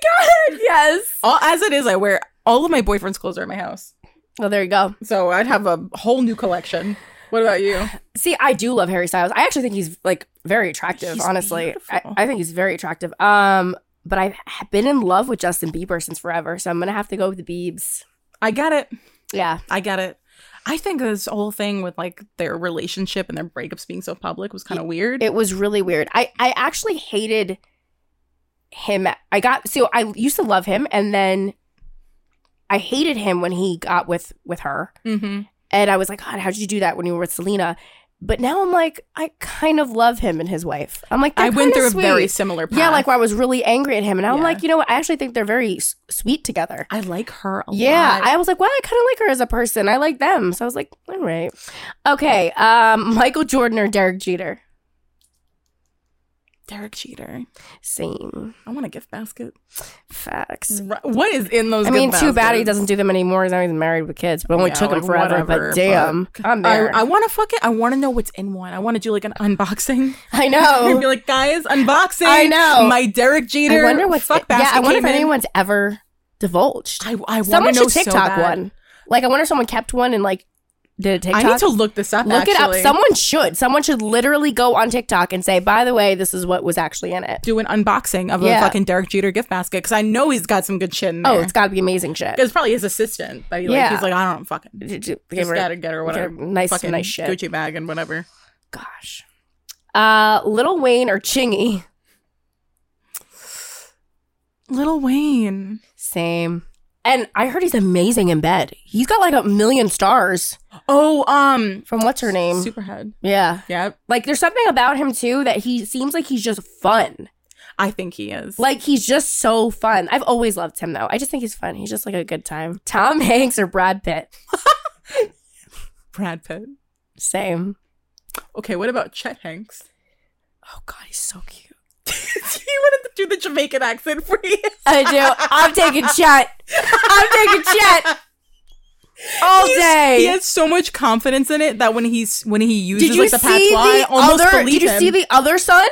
god! Yes.
All, as it is, I wear all of my boyfriend's clothes are in my house.
Well, there you go.
So I'd have a whole new collection. What about you?
See, I do love Harry Styles. I actually think he's like very attractive,
He's
honestly. I,
beautiful.
I think he's very attractive. Um, but I've h- been in love with Justin Bieber since forever, so I'm gonna have to go with the Biebs.
I get it.
Yeah.
I get it. I think this whole thing with like their relationship and their breakups being so public was kind of weird.
It was really weird. I, I actually hated him. I got so I used to love him and then I hated him when he got with with her.
mm-hmm.
And I was like, God, how did you do that when you were with Selena? But now I'm like, I kind of love him and his wife. I'm like,
I
they're
went through
kinda sweet.
a very similar path.
yeah, like where I was really angry at him, and I'm
Yeah.
like, you know what? I actually think they're very s- sweet together.
I like her a
yeah,
lot.
I was like, well, I kind of like her as a person. I like them, so I was like, all right, okay. Um, Michael Jordan or Derek Jeter?
Derek Cheater.
Same.
I want a gift basket.
Facts.
R- What is in those?
I mean,
gift
too bad he
baskets?
doesn't do them anymore. He's not even married with kids, but it only
Yeah,
took him
like,
forever.
whatever,
but damn, I'm
I,
there.
I want to fuck it. I want to know what's in one. I want to do like an unboxing.
I
and
know.
be like, guys, unboxing.
I know.
My Derek Jeter.
I wonder what's
fuck
yeah.
basket.
I wonder if
came in.
anyone's ever divulged.
I, I want to
Someone
know
should
so
TikTok
bad.
one. Like, I wonder if someone kept one and like did a TikTok.
I need to look this up.
Look it up.
actually.
Someone should. Someone should literally go on TikTok and say, "By the way, this is what was actually in it."
do an unboxing of
Yeah.
a fucking Derek Jeter gift basket because I know he's got some good shit in there.
Oh, it's got to be amazing shit.
it's probably his assistant, but he, like,
Yeah.
he's like, I don't fucking.
Did you-
Just
give her-
gotta get her whatever.
give her nice,
fucking
nice shit.
Gucci bag and whatever.
Gosh. Uh, Little Wayne or Chingy?
Little Wayne.
Same. And I heard he's amazing in bed. He's got like a million stars
Oh, um,
from what's her name?
Superhead.
yeah.
Yep,
Like there's something about him too that he seems like he's just fun.
I think he is.
Like he's just so fun. I've always loved him though. I just think he's fun. He's just like a good time. Tom Hanks or Brad Pitt?
Brad Pitt.
Same.
Okay, what about Chet Hanks?
Oh god, he's so cute.
you wanted to do the Jamaican accent for you.
I do. I'm taking Chet. I'm taking Chet all
He's-
day.
He has so much confidence in it that when he's when he uses
did you
like the
see
patois, I
the
almost
other?
believe
Did you
him.
see the other son?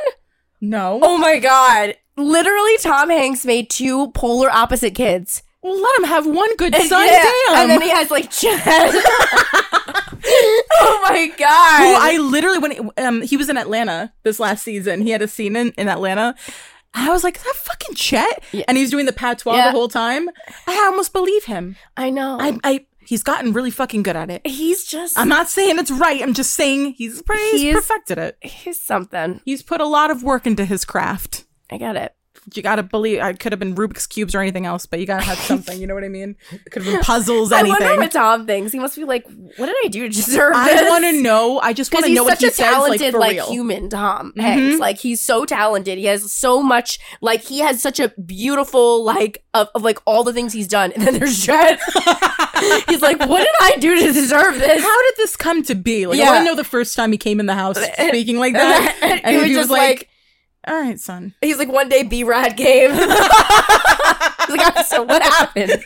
no?
Oh my god! Literally, Tom Hanks made two polar opposite kids.
Well, Oh, let him have one good
And-
son.
yeah,
damn.
And then he has like Chet. oh my god!
Who I literally when um he was in Atlanta this last season, he had a scene in, in Atlanta. I was like, is that fucking Chet?
Yeah.
And he's doing the patois
Yeah. Oh.
the whole time. I almost believe him.
I know.
I, I he's gotten really fucking good at it.
he's just.
I'm not saying it's right. I'm just saying he's pretty he's
He is-
perfected it.
he's something.
He's put a lot of work into his craft.
I got it.
You gotta believe I could have been Rubik's cubes or anything else, but you gotta have something. You know what I mean? Could have been puzzles, anything.
Oh, I wonder what Tom thinks. He must be like, "What did I do to deserve this?"
I want to know. I just want
because
to
he's
know what
such
he
a
says, like
talented
for
like,
real. Mm-hmm.
human tom hanks like he's so talented he has so much like he has such a beautiful like of, of like all the things he's done and then there's Jed. he's like what did i do to deserve this
How did this come to be? Like,
Yeah.
I want to know the first time he came in the house speaking like that.
and
And
he
if
was
he
just
was like,
like,
all right, son.
he's like one day b-rad came he's like "I'm- so what happened where did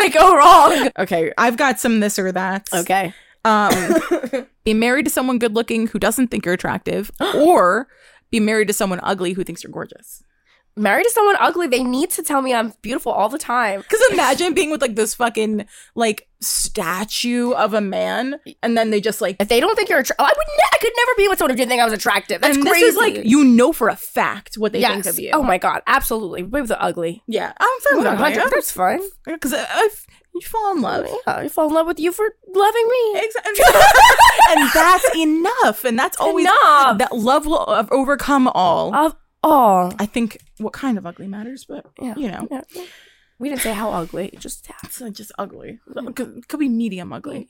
i go wrong
Okay, I've got some this or that.
okay
Um, be married to someone good looking who doesn't think you're attractive, or be married to someone ugly who thinks you're gorgeous.
married to someone ugly they need to tell me i'm beautiful all the time
Because imagine being with like this fucking like statue of a man, and then they just like
if they don't think you're attractive, I would. Ne- I could never be with someone who didn't think I was attractive. That's
and
crazy.
this is like you know for a fact what they think of you.
Oh my god, absolutely. Maybe the ugly. Oh
yeah, I'm fine with that.
That's fine. Oh,
Because if you fall in love,
Yeah, I fall in love with you for loving me.
exactly, and that's enough, and that's always
Enough. Oh.
that love will o- overcome all.
Of all.
I think what kind of ugly matters, but
Yeah.
you know,
Yeah. We didn't say how ugly. Just how-
it's not just ugly. Could, could be medium ugly.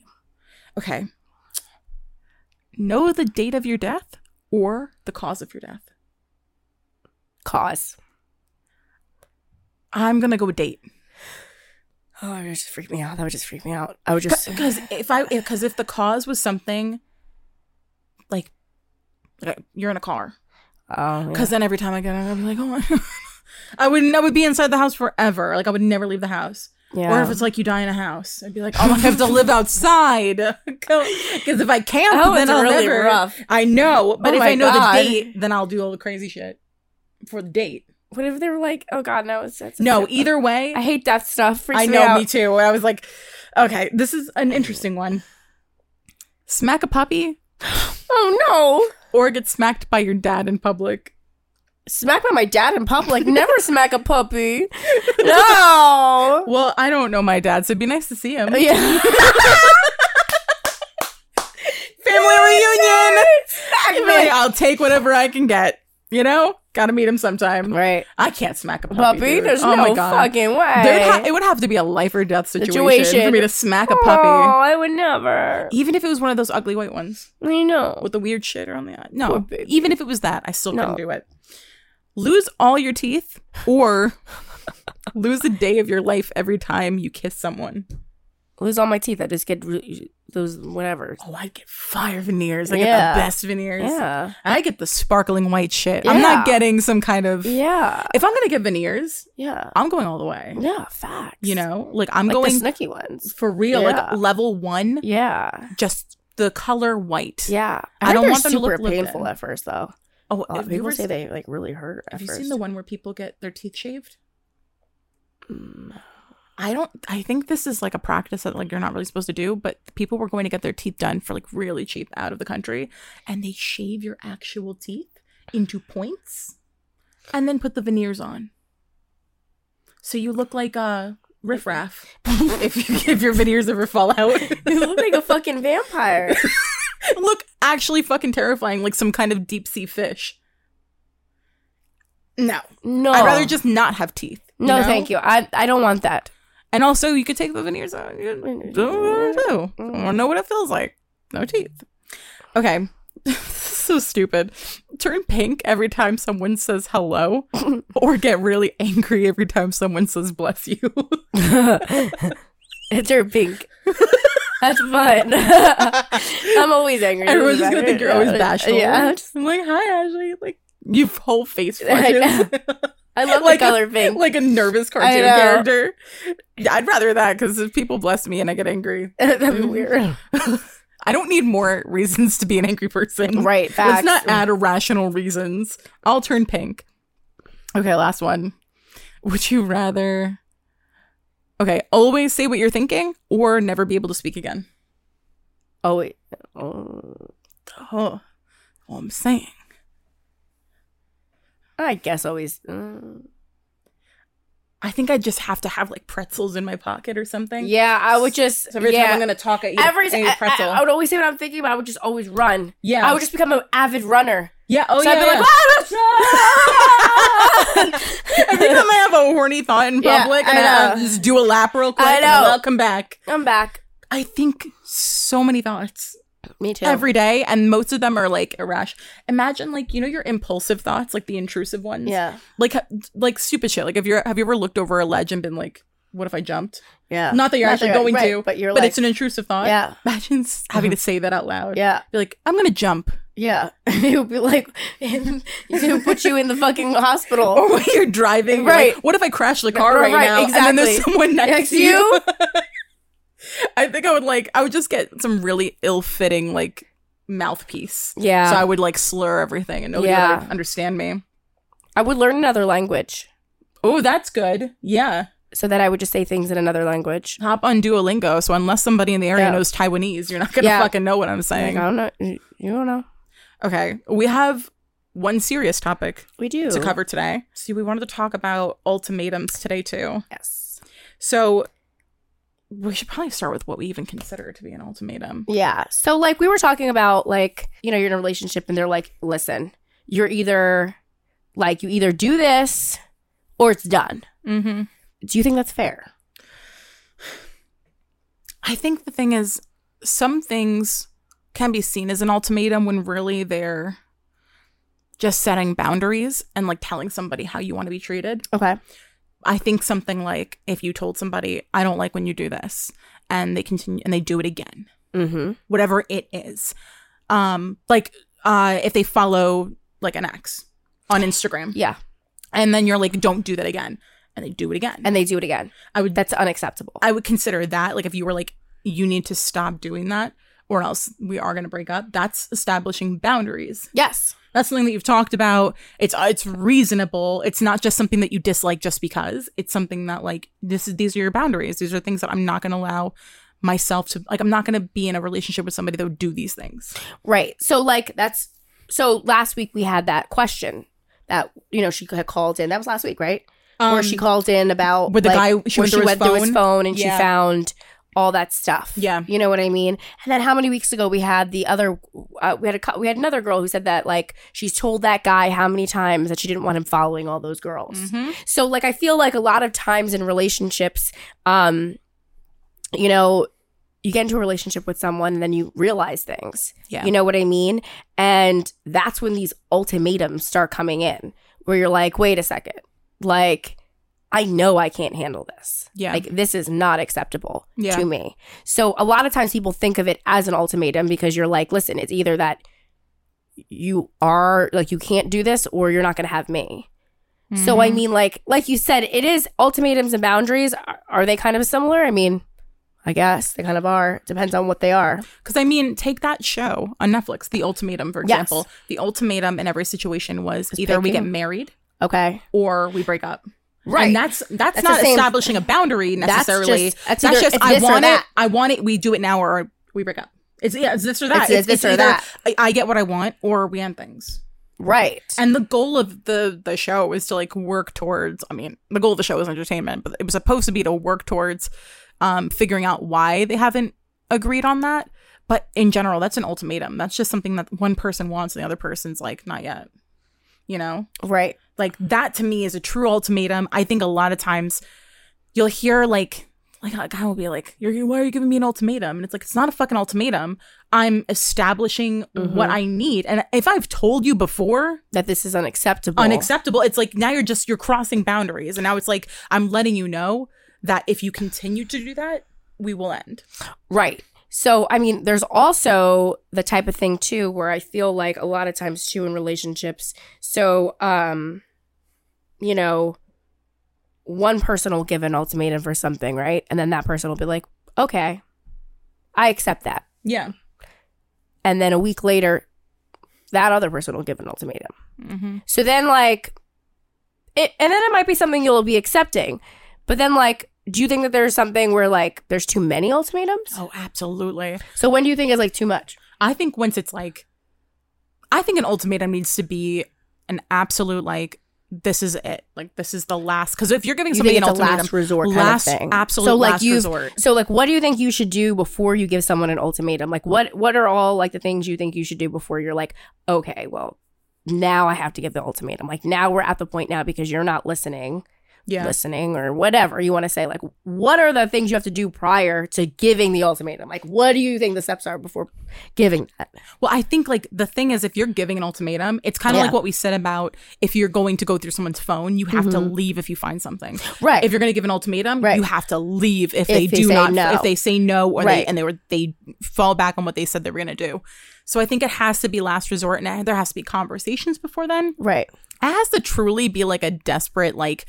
Okay. Know the date of your death or the cause of your death.
cause.
I'm gonna go with date
Oh, it would just freak me out. That would just freak me out. I would just.
because if I because if the cause was something like, like you're in a car,
Oh, yeah.
because then every time I get out, I'd be like, oh, my- I would I would be inside the house forever. Like I would never leave the house. Or if
yeah.
it's like you die in a house, I'd be like, oh, I have to live outside because if I camp,
Oh,
then
it's
I'll
really
never.
rough.
I know, but
Oh
if
my
I know
God.
the date, then I'll do all the crazy shit for the date.
What if they were like, oh god, no, it's, it's
No, either way,
I hate death stuff. Freaks
I
me
know,
out.
me too. I was like, Okay, this is an interesting one. Smack a puppy
Oh no!
or get smacked by your dad in public.
Smack by my dad in public. Never smack a puppy. No.
Well, I don't know my dad, so it'd be nice to see him.
Yeah.
Family reunion.
Smack
Be like,
me.
I'll take whatever I can get. You know, gotta meet him sometime.
Right.
I can't smack a puppy.
Puppy,
dude.
there's
oh
no
my God.
fucking way.
There'd ha- it would have to be a life or death situation, for
Situation.
me to smack a
Oh,
puppy,
I would never.
even if it was one of those ugly white ones
You know.
with the weird shit around the eye.
Poor
No,
baby.
even if it was that, I still
No.
couldn't do it. Lose all your teeth, or lose a day of your life every time you kiss someone.
Lose all my teeth. I just get re- those whatever.
Oh, I get fire veneers. I
Yeah.
get the best veneers.
Yeah.
I get the sparkling white shit. I'm not
Yeah.
getting some kind of.
Yeah.
If I'm gonna get veneers,
Yeah.
I'm going all the way.
Yeah. Facts.
You know, like I'm
like
going
the snooky ones.
for real,
Yeah.
like level one,
Yeah.
just the color white.
Yeah.
I don't
heard they're
want them to
super
look lived
painful
in.
at first, though.
Oh,
A lot of
have you,
people
ever
say
s-
they like really hurt at
have you
first.
seen the one where people get their teeth shaved? Hmm.
Mm.
I don't. I think this is like a practice that like you're not really supposed to do, but people were going to get their teeth done for like really cheap out of the country, and they shave your actual teeth into points, and then put the veneers on. So you look like a riffraff if you, if your veneers ever fall out.
You look like a fucking vampire.
look actually fucking terrifying, like some kind of deep sea fish. No,
No,
I'd rather just not have teeth.
Oh. No, thank you. I I don't want that.
And also, you could take the veneers out. You don't know. I don't know what it feels like. No teeth. Okay. so stupid. Turn pink every time someone says hello, or get really angry every time someone says bless you.
it's her pink. That's fun. I'm always angry.
Everyone's just gonna think you're always bashful.
Yeah, just-
I'm like, hi, Ashley. Like, your whole face
I
flushes.
I love
Like a-
the color pink.
like a nervous cartoon
know.
character. Yeah, I'd rather that because if people bless me and I get angry,
That'd be weird.
I don't need more reasons to be an angry person.
Right. Facts.
Let's not add irrational reasons. I'll turn pink. Okay, last one. Would you rather Okay, always say what you're thinking or never be able to speak again?
Oh wait. Oh,
Oh, all I'm saying.
I guess always. mm.
I think I just have to have like pretzels in my pocket or something.
Yeah, I would just.
So every
yeah.
time I'm gonna talk at you,
Every
I eat
I,
a pretzel.
I, I would always say what I'm thinking about. I would just always run.
yeah.
I would just become an avid runner.
yeah. Oh,
so
yeah.
I'd be
yeah.
like,
Every time I have a horny thought in
Yeah,
public,
I
and I, uh,
know.
just do a lap real quick.
I
and
know.
I'll come back.
I'm back.
I think so many thoughts
Me too.
every day, and most of them are like irrational. Imagine, like you know, your impulsive thoughts, like the intrusive ones.
yeah,
Like ha- like stupid shit. Like have you have you ever looked over a ledge and been like, what if I jumped?
yeah.
Not that you're actually going
right,
to,
but you're
but
like,
it's an intrusive thought.
yeah,
Imagine s- having to say that out loud.
yeah,
Be like, I'm gonna jump.
yeah. He'll be like, he'll put you in the fucking
Or
hospital.
when you're driving, you're like,
Right.
what if I crash the car right,
Right,
now? And then there's
exactly.
someone next,
Next
to you. I think I would like. I would just get some really ill-fitting like mouthpiece.
Yeah,
So I would like slur everything, and nobody
Yeah.
would like, understand me.
I would learn another language
Oh, that's good. Yeah.
so that I would just say things in another language.
Hop on Duolingo. So unless somebody in the area
Yeah.
knows Taiwanese, you're not gonna
Yeah.
fucking know what I'm
Like, I
saying.
don't know. You don't know.
Okay. We have one serious topic
We do
to cover today. See, we wanted to talk about ultimatums today too.
Yes.
So we should probably start with what we even consider to be an ultimatum.
Yeah. So like we were talking about like, you know, you're in a relationship and they're like, listen, you're either like you either do this or it's done.
Mm-hmm.
Do you think that's fair?
I think the thing is, some things can be seen as an ultimatum when really they're just setting boundaries and like telling somebody how you want to be treated.
Okay.
I think something like if you told somebody, I don't like when you do this, and they continue and they do it again,
Mm-hmm.
whatever it is. Um, like uh if they follow like an ex on Instagram
Yeah.
and then you're like, don't do that again, and they do it again.
And they do it again.
I would
That's unacceptable.
I would consider that like if you were like you need to stop doing that or else we are going to break up. That's establishing boundaries.
Yes.
That's something that you've talked about. It's uh, it's reasonable. It's not just something that you dislike just because. It's something that like this is these are your boundaries. These are things that I'm not going to allow myself to like I'm not gonna be in a relationship with somebody that would do these things.
Right. So like that's so last week we had that question that you know she had called in. That was last week, right?
Um,
where she called in about
where the
like,
guy- she
where
went through his phone?
and
Yeah.
she found all that stuff.
Yeah.
you know what I mean. And then how many weeks ago we had the other uh, we had a cou- we had another girl who said that like she's told that guy how many times that she didn't want him following all those girls.
mm-hmm.
So like I feel like a lot of times in relationships, um, you know, you get into a relationship with someone and then you realize things.
Yeah.
You know what I mean? And that's when these ultimatums start coming in where you're like, wait a second. Like, I know I can't handle this.
Yeah.
Like this is not acceptable
Yeah.
to me. So a lot of times people think of it as an ultimatum because you're like, listen, it's either that you are like you can't do this or you're not going to have me.
Mm-hmm.
So I mean, like like you said, it is ultimatums and boundaries. Are, are they kind of similar? I mean, I guess they kind of are. Depends on what they are.
Because I mean, take that show on Netflix, The Ultimatum, for
Yes.
example. The ultimatum in every situation was either we
picking.
get married
Okay,
or we break up.
Right.
And that's that's,
the
not
same-
establishing a boundary
That's
necessarily.
just- that's either- it's
I
this or
want it.
that.
I want it. We do it now or we break up. It's yeah, it's this or that.
It's- it's this or
either
that.
I, I get what I want or we end things.
right.
And the goal of the the show is to like work towards. I mean, the goal of the show is entertainment, but it was supposed to be to work towards um, figuring out why they haven't agreed on that. But in general, that's an ultimatum. That's just something that one person wants and the other person's like, not yet. You know,
right.
like that to me is a true ultimatum. I think a lot of times you'll hear like "Oh like a guy will be like, "You're why are you giving me an ultimatum?" And it's like it's not a fucking ultimatum. I'm establishing what I need, and if I've told you before
That this is unacceptable.
unacceptable. It's like now you're just you're crossing boundaries, and now it's like I'm letting you know that if you continue to do that, we will end.
Right. So, I mean, there's also the type of thing too where I feel like a lot of times too in relationships. So, um, you know, one person will give an ultimatum for something, right? And then that person will be like, okay, I accept that.
Yeah.
And then a week later, that other person will give an ultimatum. So then, like, it, and then it might be something you'll be accepting. But then, like, do you think that there's something where, like, there's too many ultimatums?
Oh, absolutely.
So when do you think is like too much?
I think once it's like, I think an ultimatum needs to be an absolute like. This is it. Like this is the last. Because if you're giving
You
somebody
think
an
it's a
ultimatum,
last resort kind
last
of thing.
absolute
so like
last
you.
resort.
So like, what do you think you should do before you give someone an ultimatum? Like, what what are all like the things you think you should do before you're like, okay, well, now I have to give the ultimatum. Like now we're at the point now because you're not listening,
Yeah.
listening or whatever you want to say. Like, what are the things you have to do prior to giving the ultimatum? Like, what do you think the steps are before giving that?
Well, I think like the thing is, if you're giving an ultimatum, it's kind of
Yeah.
like what we said about if you're going to go through someone's phone, you have to leave if you find something.
Mm-hmm. Right.
If you're going to give an ultimatum,
Right.
you have to leave if, they
they
do
say
not,
no.
if they say no, or they
Right.
and they were they fall back on what they said they were going to do. So I think it has to be last resort, and there has to be conversations before then.
Right.
It has to truly be like a desperate, like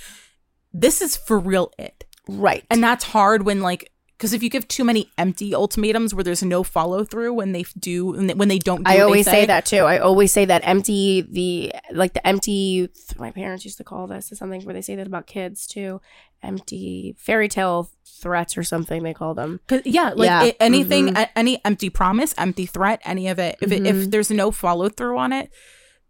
this is for real. It
Right.
and that's hard when like. Because if you give too many empty ultimatums where there's no follow through when they do when they, when they don't, do what
I
they
always say that too. I always say that empty the like the empty. My parents used to call this is something where they say that about kids too. Empty fairy tale threats or something they call them.
Cause, yeah, like
Yeah. Mm-hmm.
a- anything, a- any empty promise, empty threat, any of it. If it, if there's no follow through on it,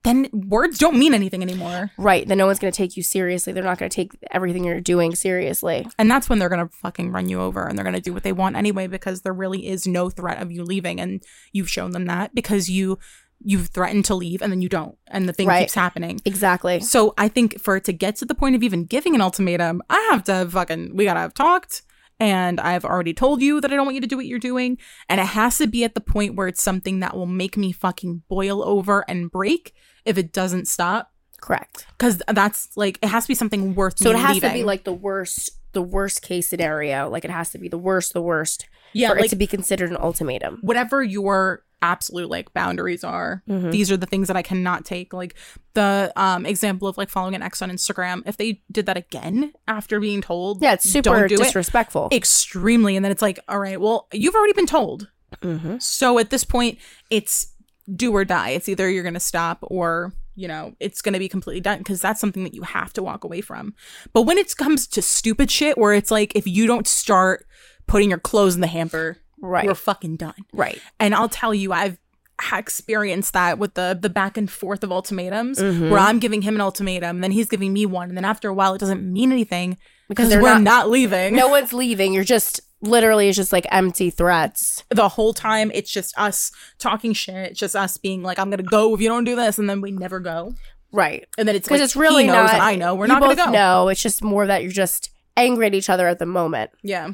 then words don't mean anything anymore,
Right. Then no one's going to take you seriously. They're not going to take everything you're doing seriously.
and that's when they're gonna fucking run you over, and they're gonna do what they want anyway because there really is no threat of you leaving, and you've shown them that because you you've threatened to leave and then you don't, and the thing
Right.
keeps happening.
Exactly.
So I think for it to get to the point of even giving an ultimatum, I have to have fucking we gotta have talked. And I've already told you that I don't want you to do what you're doing. And it has to be at the point where it's something that will make me fucking boil over and break if it doesn't stop.
Correct.
Cause that's like, it has to be something worth
So it
me
has to
leaving.
be like the worst, the worst case scenario. Like it has to be the worst, the worst.
Yeah,
For
like-
it to be considered an ultimatum.
whatever your absolute like boundaries are
Mm-hmm.
these are the things that i cannot take like the um example of like following an ex on instagram if they did that again after being told
Yeah, it's super
don't do it,
disrespectful.
extremely and then it's like all right well you've already been told
Mm-hmm.
so at this point it's do or die it's either you're going to stop or you know it's going to be completely done because that's something that you have to walk away from but when it comes to stupid shit where it's like if you don't start putting your clothes in the hamper.
Right.
We're fucking done.
right.
And I'll tell you, I've ha- experienced that with the the back and forth of ultimatums,
Mhm.
where I'm giving him an ultimatum, then he's giving me one, and then after a while, it doesn't mean anything because
they're
we're not,
not-
leaving.
No one's leaving. You're just literally it's just like empty threats.
The whole time, it's just us talking shit. It's just us being like, "I'm gonna go if you don't do this," and then we never go.
Right.
And then it's
Because
like,
it's really
he knows
not.
and I know we're
you
not gonna
both
go.
know. It's just more that you're just angry at each other at the moment.
Yeah.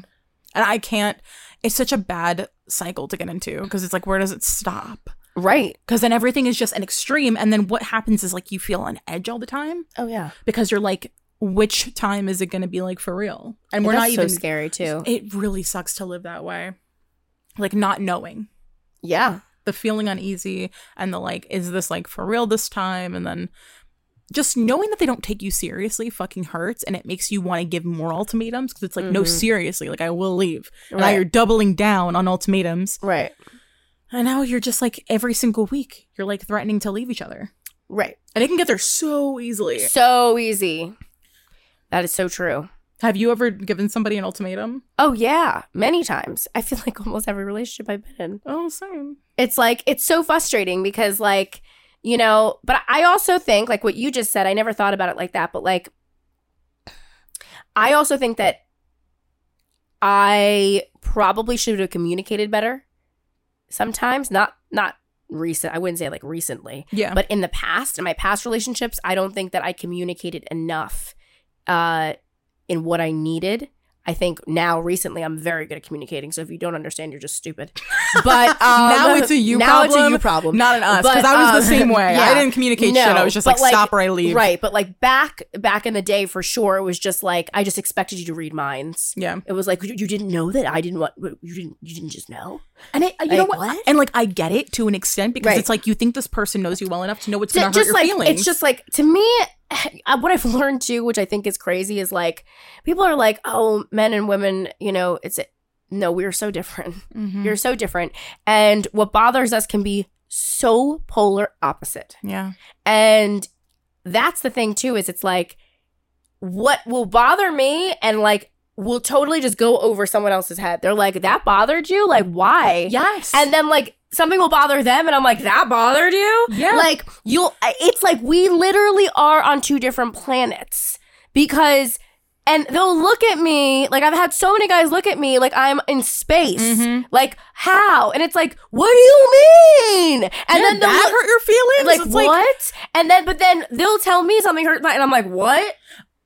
And I can't, it's such a bad cycle to get into because it's like, where does it stop?
Right.
Because then everything is just an extreme. And then what happens is like you feel on edge all the time
Oh yeah.
because you're like, which time is it going to be like for real? And we're
That's
not
so
even,
scary too.
it really sucks to live that way. Like not knowing
yeah.
the feeling uneasy and the like, is this like for real this time? And then just knowing that they don't take you seriously fucking hurts and it makes you want to give more ultimatums because it's like, no,
Mhm.
seriously, like I will leave. And now
Right.
you're doubling down on ultimatums.
right.
And now you're just like every single week, you're like threatening to leave each other.
Right.
And it can get there so easily.
So easy. That is so true.
Have you ever given somebody an ultimatum?
Oh yeah, many times. I feel like almost every relationship I've been in.
Oh, same.
It's like it's so frustrating because like, you know, but I also think like what you just said, I never thought about it like that, but like I also think that I probably should have communicated better sometimes, not not recent. I wouldn't say like recently.
Yeah.
But in the past, in my past relationships, I don't think that I communicated enough uh, in what I needed. I think now recently I'm very good at communicating. So if you don't understand, you're just stupid. But um,
Now it's a you
now It's a
problem,
you problem.
not an us. Because
but,
I was the
um,
same way. I
yeah.
didn't communicate
No,
shit. I was just
but,
like,
like,
stop or I leave.
right, but like back back in the day, for sure, it was just like I just expected you to read minds.
Yeah.
It was like you, you didn't know that I didn't want you didn't you didn't just know.
And it, Uh, you know
Like,
what?
what?
And like, I get it to an extent because
Right.
it's like you think this person knows you well enough to know what's going to
Ju-
hurt
just
your
like
feelings.
it's just like to me uh, what i've learned too which i think is crazy is like people are like oh men and women you know it's no we're so different
Mhm.
you're so different and what bothers us can be so polar opposite
yeah.
and that's the thing too is it's like what will bother me and like will totally just go over someone else's head they're like that bothered you like why
Yes.
and then like something will bother them and i'm like that bothered you
yeah.
like you'll it's like we literally are on two different planets because and they'll look at me like I've had so many guys look at me like I'm in space.
Mhm.
Like how? And it's like, what do you mean? And
and
then
then
they'll
that
look,
hurt your feelings.
like
it's
what?
like
and then but then they'll tell me something hurt my and I'm like, what?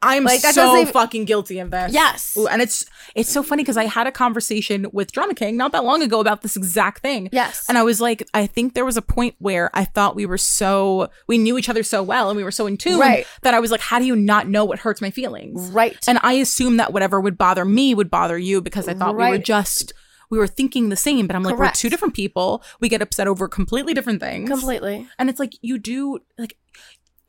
I'm
Like, that
so
doesn't even-
fucking guilty of this.
Yes.
Ooh, and it's it's so funny because I had a conversation with Drama King not that long ago about this exact thing.
Yes.
And I was like, I think there was a point where I thought we were so we knew each other so well and we were so in tune
Right.
that I was like, how do you not know what hurts my feelings?
right.
And I assumed that whatever would bother me would bother you because I thought we were
Right.
just we were thinking the same. But I'm like,
Correct.
we're two different people. We get upset over completely different things.
Completely.
And it's like you do like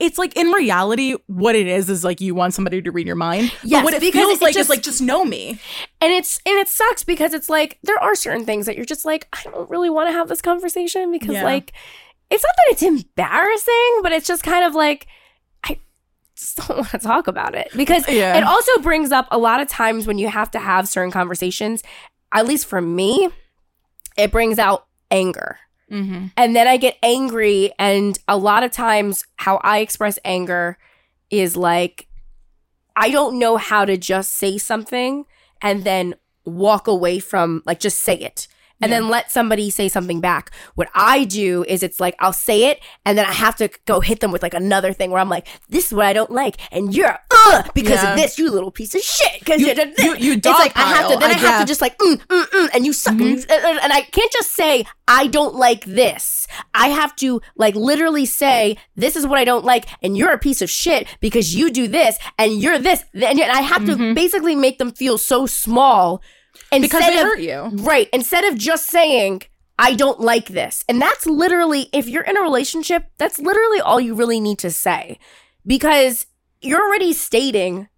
it's like in reality, what it is is like you want somebody to read your mind. But
Yes,
what it
because
feels
it
like
just-
is like just know me.
And it's and it sucks because it's like there are certain things that you're just like I don't really want to have this conversation because
Yeah.
like it's not that it's embarrassing, but it's just kind of like I just don't want to talk about it because
Yeah.
it also brings up a lot of times when you have to have certain conversations. At least for me, it brings out anger.
Mm-hmm.
And then I get angry. And a lot of times, how I express anger is like, I don't know how to just say something and then walk away from, like, just say it. And then let somebody say something back. What I do is it's like, I'll say it and then I have to go hit them with like another thing where I'm like, this is what I don't like. And you're, uh, because
Yeah.
of this, you little piece of shit. Cause
You-
you, did this.
you- you
it's like, I have to,
dogpile,
then I,
I Mm-hmm.
have to
guess.
just like, mm, mm, mm, and you suck. And, you, and and I can't just say, I don't like this. I have to like literally say, this is what I don't like. And you're a piece of shit because you do this and you're this. And yet I have to basically make them feel so small.
Mm-hmm. Because
instead
they
of-
hurt you.
Right. Instead of just saying, I don't like this. And that's literally, if you're in a relationship, that's literally all you really need to say because you're already stating,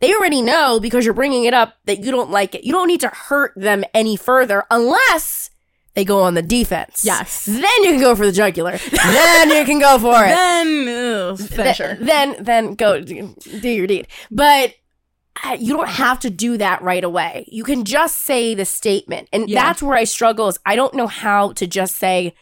they already know because you're bringing it up that you don't like it. You don't need to hurt them any further unless they go on the defense.
Yes.
Then you can go for the jugular. then you can go for it.
Then ugh,
Th-
finisher.
then, then go do do your deed. But I- you don't have to do that right away. You can just say the statement. And
Yeah.
that's where I struggle is I don't know how to just say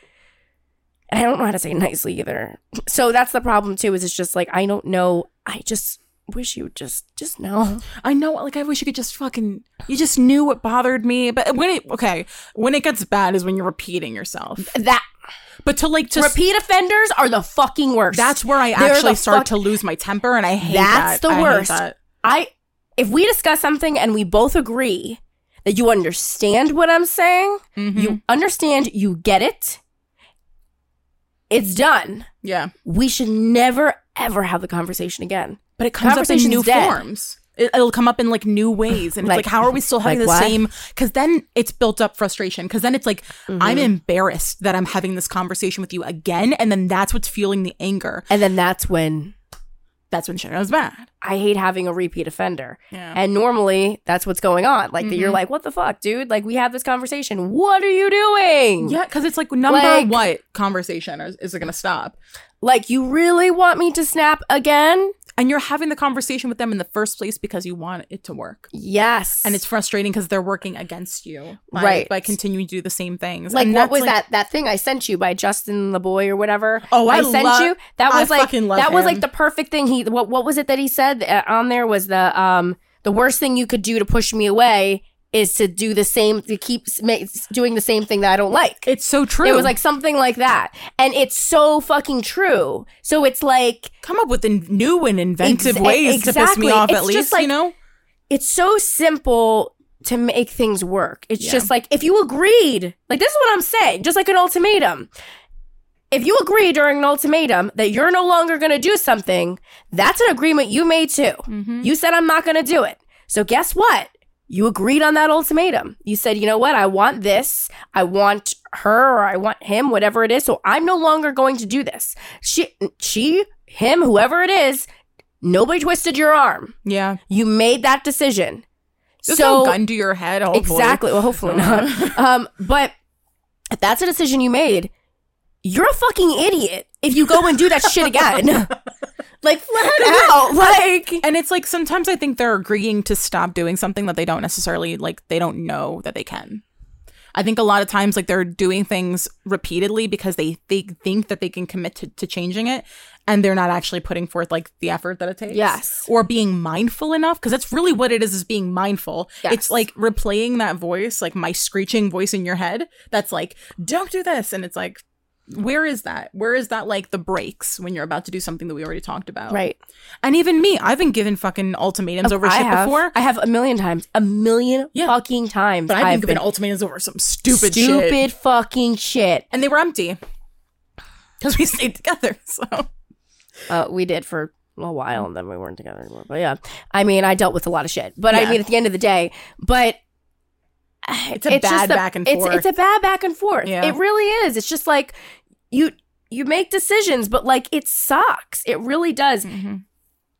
and I don't know how to say it nicely either. So that's the problem too is it's just like I don't know. I just wish you would just just know.
I know, like I wish you could just fucking you just knew what bothered me. But when it okay, when it gets bad is when you're repeating yourself.
That
But to like to
repeat offenders are the fucking worst.
that's where I
They're
actually
the
start
fuck-
to lose my temper and I hate
That's
that. I
the
hate
worst.
that.
I if we discuss something and we both agree that you understand what I'm saying,
Mhm.
you understand, you get it. It's done.
yeah.
We should never ever have the conversation again.
But it comes up in
Conversation's
new
dead.
forms. It, it'll come up in like new ways, and it's like,
Like-
how are we still having
like
the
what?
same? Because then it's built up frustration. Because then it's like
Mm-hmm.
I'm embarrassed that I'm having this conversation with you again, and then that's what's fueling the anger.
And then that's when
That's when shit goes bad.
I hate having a repeat offender.
Yeah. Mm-hmm.
And normally that's what's going on. Like that you're like, what the fuck, dude? Like we have this conversation. What are you doing?
Yeah, because it's like number
Like-
what conversation is, is it going to stop?
Like you really want me to snap again?
And you're having the conversation with them in the first place because you want it to work.
Yes.
And it's frustrating because they're working against you by,
Right.
by continuing to do the same things.
like
And
what
that's,
was that that thing I sent you by Justin the boy or whatever?
Oh, I
sent
love-
you. That
I
was like
fucking love
that was like
him.
the perfect thing. He what what was it that he said uh, on there was the um the worst thing you could do to push me away is to do the same to keep s- ma- s- doing the same thing that I don't like.
It's so true.
It was like something like that, and it's so fucking true. So it's like
come up with in- new and inventive
Ex-
ways to piss
exactly.
me off.
It's
at
just
least
like-
you know.
it's so simple to make things work. It's
Yeah.
just like if you agreed, like this is what I'm saying, just like an ultimatum. If you agree during an ultimatum that you're no longer going to do something, that's an agreement you made too. You said I'm not going to do it. So guess what? You agreed on that ultimatum. You said, "You know what? I want this. I want her or I want him, whatever it is. So I'm no longer going to do this." She she him whoever it is, nobody twisted your arm.
Yeah.
You made that decision.
There's
so
no gun Uh-huh. to your head. Hopefully.
exactly. Well, hopefully not. um, but if that's a decision you made, you're a fucking idiot if you go and do that shit again. like flat out. Like
And it's like sometimes I think they're agreeing to stop doing something that they don't necessarily like they don't know that they can. I think a lot of times like they're doing things repeatedly because they they think that they can commit to, to changing it and they're not actually putting forth like the effort that it takes.
Yes.
Or being mindful enough because that's really what it is is being mindful.
Yes.
It's like replaying that voice, like my screeching voice in your head that's like, don't do this. And it's like, where is that? Where is that like the breaks when you're about to do something that we already talked about?
right.
And even me, I've been given fucking ultimatums over
I
shit
have.
before.
I have a million times. A million
Yeah.
fucking times.
But I've been given ultimatums over some stupid,
stupid
shit.
fucking shit.
And they were empty. Because we stayed together. So
Uh, we did for a while, and then we weren't together anymore. But yeah, I mean, I dealt with a lot of shit. But I
Yeah.
mean, at the end of the day, but it's
a bad back and
it's,
forth.
It's a bad back and forth.
Yeah.
It really is. It's just like you you make decisions, but like it sucks. It really does.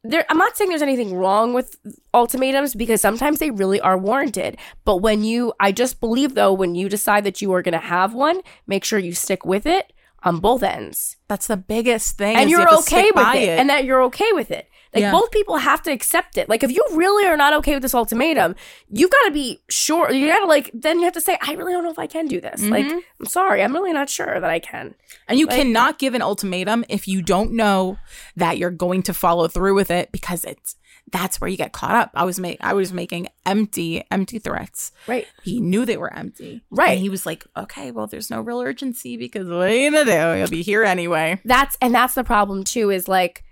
There, I'm not saying there's anything wrong with ultimatums because sometimes they really are warranted. But when you, I just believe though, when you decide that you are going to have one, make sure you stick with it on both ends
that's the biggest thing.
and
is you
you're
have to
okay
stick
with
by
it, and that you're okay with it. Like
Yeah.
both people have to accept it. Like if you really are not okay with this ultimatum, you've got to be sure. You got to like then you have to say, I really don't know if I can do this. Like
Mm-hmm.
I'm sorry, I'm really not sure that I can.
And you cannot give an ultimatum if you don't know that you're going to follow through with it because it's that's where you get caught up. I was make I was making empty, empty threats.
Right.
He knew they were empty.
Right.
And he was like, okay, well, there's no real urgency because what are you gonna do? You'll be here anyway.
That's and that's the problem too. Is like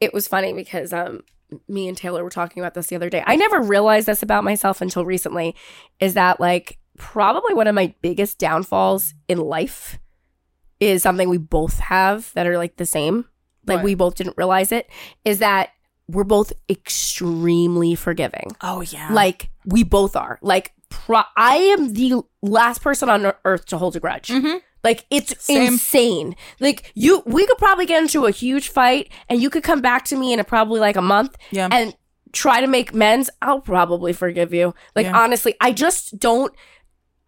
it was funny because um me and Taylor were talking about this the other day. I never realized this about myself until recently. Is that like probably one of my biggest downfalls in life is something we both have that are like the same. Like
What?
we both didn't realize it is that we're both extremely forgiving.
Oh yeah.
Like we both are. Like pro- I am the last person on earth to hold a grudge.
Mhm.
Like it's
Same.
insane. Like you, we could probably get into a huge fight, and you could come back to me in a, probably like a month,
Yeah.
and try to make amends. I'll probably forgive you. Like
Yeah.
honestly, I just don't.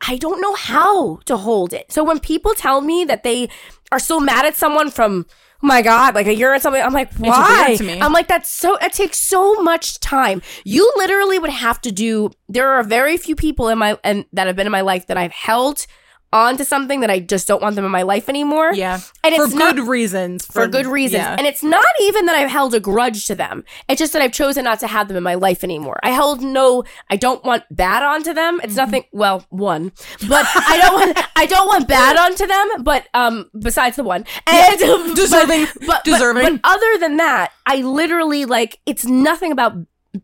I don't know how to hold it. So when people tell me that they are so mad at someone from oh my god like a year or something i'm like
weird
why
to me.
i'm like that's so that takes so much time you literally would have to do there are very few people in my and that have been in my life that i've held on to something that i just don't want them in my life anymore
Yeah.
and
for
it's not
good reasons.
for good reasons.
Um, yeah.
And it's not even that I've held a grudge to them. It's just that I've chosen not to have them in my life anymore. I held no, I don't want bad onto them.
Mm-hmm.
It's nothing. Well, one, but I don't want, I don't want bad onto them. But um, besides the one, and but-
Deserving. Deserving.
But, other than that, I literally like it's nothing about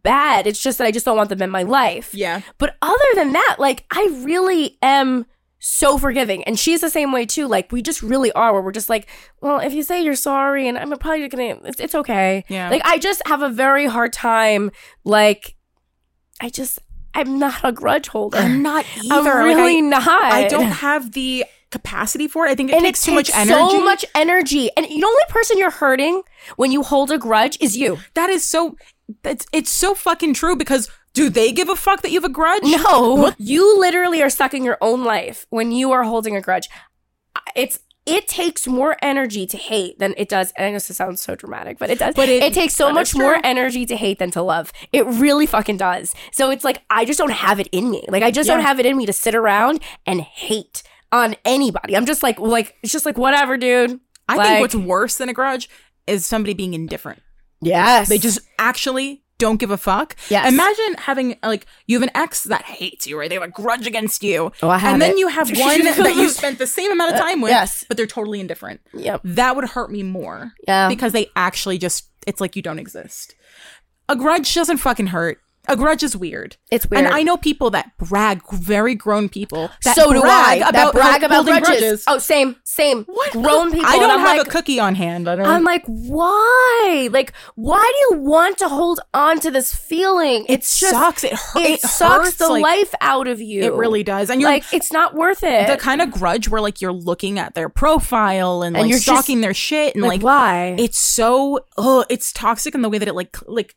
bad. It's just that I just don't want them in my life.
yeah.
But other than that, like I really am so forgiving. And she's the same way too. Like we just really are where we're just like, well, if you say you're sorry and I'm probably gonna it's, it's okay.
Yeah.
Like I just have a very hard time like I just I'm not a grudge holder.
I'm not either.
I'm
Like,
really
I,
not.
I don't have the capacity for it. I think it
and
takes
it
too much
takes
energy.
So much energy. And the only person you're hurting when you hold a grudge is you.
That is so. That's it's so fucking true because do they give a fuck that you have a grudge?
No, you literally are stuck in your own life when you are holding a grudge. It's it takes more energy to hate than it does. And I know this sounds so dramatic, but it does.
But it-
it takes so
that
much
is
more
true.
energy to hate than to love. It really fucking does. So it's like I just don't have it in me. Like I just don't
Yeah.
have it in me to sit around and hate on anybody. I'm just like like it's just like whatever, dude.
I
Like-
think what's worse than a grudge is somebody being indifferent.
Yes,
They just actually don't give a fuck.
Yes.
Imagine having like you have an ex that hates you or they have a grudge against you.
Oh, I have
and then
it. Uh,
you have one that you spent the same amount of time with,
yes.
but they're totally indifferent.
Yep.
That would hurt me more.
Yeah.
Because they actually just it's like you don't exist. A grudge doesn't fucking hurt. A grudge is weird.
It's
And
weird.
I know people that brag, very grown people that
so do
brag
I. About
about
that brag
hol-
about
holding
grudges. Oh, same, same.
What?
Grown people.
I
and
don't
I'm
have
like,
a cookie on hand. I don't.
I'm like, why? Like, why do you want to hold on to this feeling? It's just
sucks. It, hurt,
it, sucks
hurts,
the
like,
life out of you.
It really does. And you're
like eh, it's not worth it.
the kind of grudge where like you're looking at their profile and,
And
like
you're just-
stalking their shit and like,
like, why?
it's so oh, it's toxic in the way that it like cl- like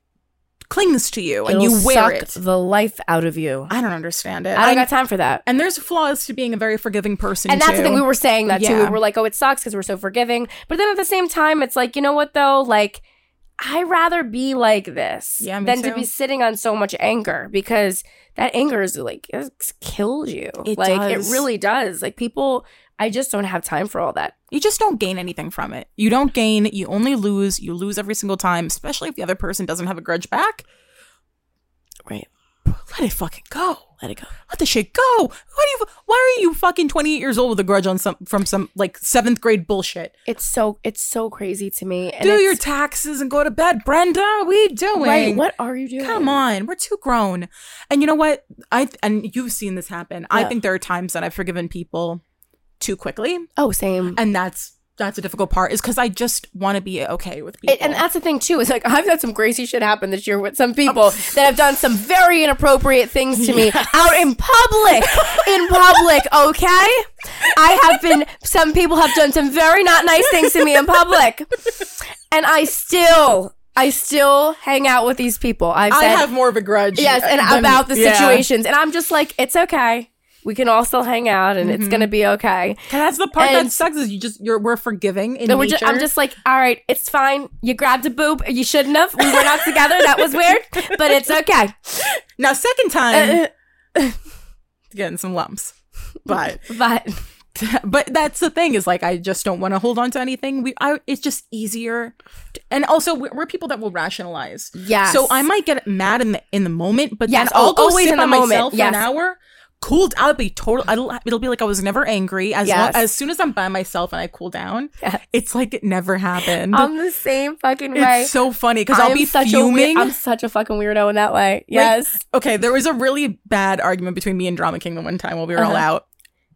clings to you and
It'll
you wear
suck
it.
the life out of you.
I don't understand it.
I don't
I'm-
got time for that.
and there's flaws to being a very forgiving person.
And that's the
too.
thing we were saying that too.
Yeah.
We were like, oh, it sucks because we're so forgiving. But then at the same time, it's like, you know what though? Like, I rather be like this
Yeah, me
than to
too.
be sitting on so much anger because that anger is like it kills you.
It
like
does.
it really does. Like people, I just don't have time for all that.
you just don't gain anything from it. You don't gain. You only lose. You lose every single time, especially if the other person doesn't have a grudge back.
Right.
Let it fucking go.
Let it go.
let the shit go. Why do you? Why are you fucking twenty eight years old with a grudge on some from some like seventh grade bullshit?
It's so it's so crazy to me. And
do
it's-
your taxes and go to bed, Brenda. What are you doing?
right. What are you doing?
Come on, we're too grown. And you know what? I and you've seen this happen. I
Yeah.
think there are times that I've forgiven people too quickly,
Oh, same.
and that's that's a difficult part. Is because I just want to be okay with people.
It, and that's the thing too is like I've had some crazy shit happen this year with some people that have done some very inappropriate things to me out in public. in public, okay? I have been some people have done some very not nice things to me in public. And I still I still hang out with these people. I've
I
said
have more of a grudge.
yes, and
than-
about the
yeah.
situations and I'm just like it's okay. We can all still hang out and
Mm-hmm.
it's going to be okay.
'Cause That's the part that
And-
sucks. Is you just you're we're forgiving in
And we're
nature.
just, I'm just like, all right, it's fine. You grabbed a boob. You shouldn't have. We were not together. That was weird, but it's okay.
Now, second
Uh,
time, getting some lumps, but
But
but that's the thing is like I just don't want to hold on to anything. We, I, it's just easier, to- and also we're, we're people that will rationalize.
Yes.
So I might get mad in the in the moment, but
Yes,
then I'll
al-
go
always
sit
in
by
the moment.
myself
Yes.
for an hour. Cooled. I'll be total. I'll, it'll be like I was never angry. As long,
Yes.
as soon as I'm by myself and I cool down,
Yes.
it's like it never happened.
I'm the same fucking
it's
way.
so funny because I'll
I'm
be
such A
fuming.
weir- I'm such a fucking weirdo in that way. Yes.
Okay, there was a really bad argument between me and Drama Kingdom one time while we were all
Uh-huh.
out.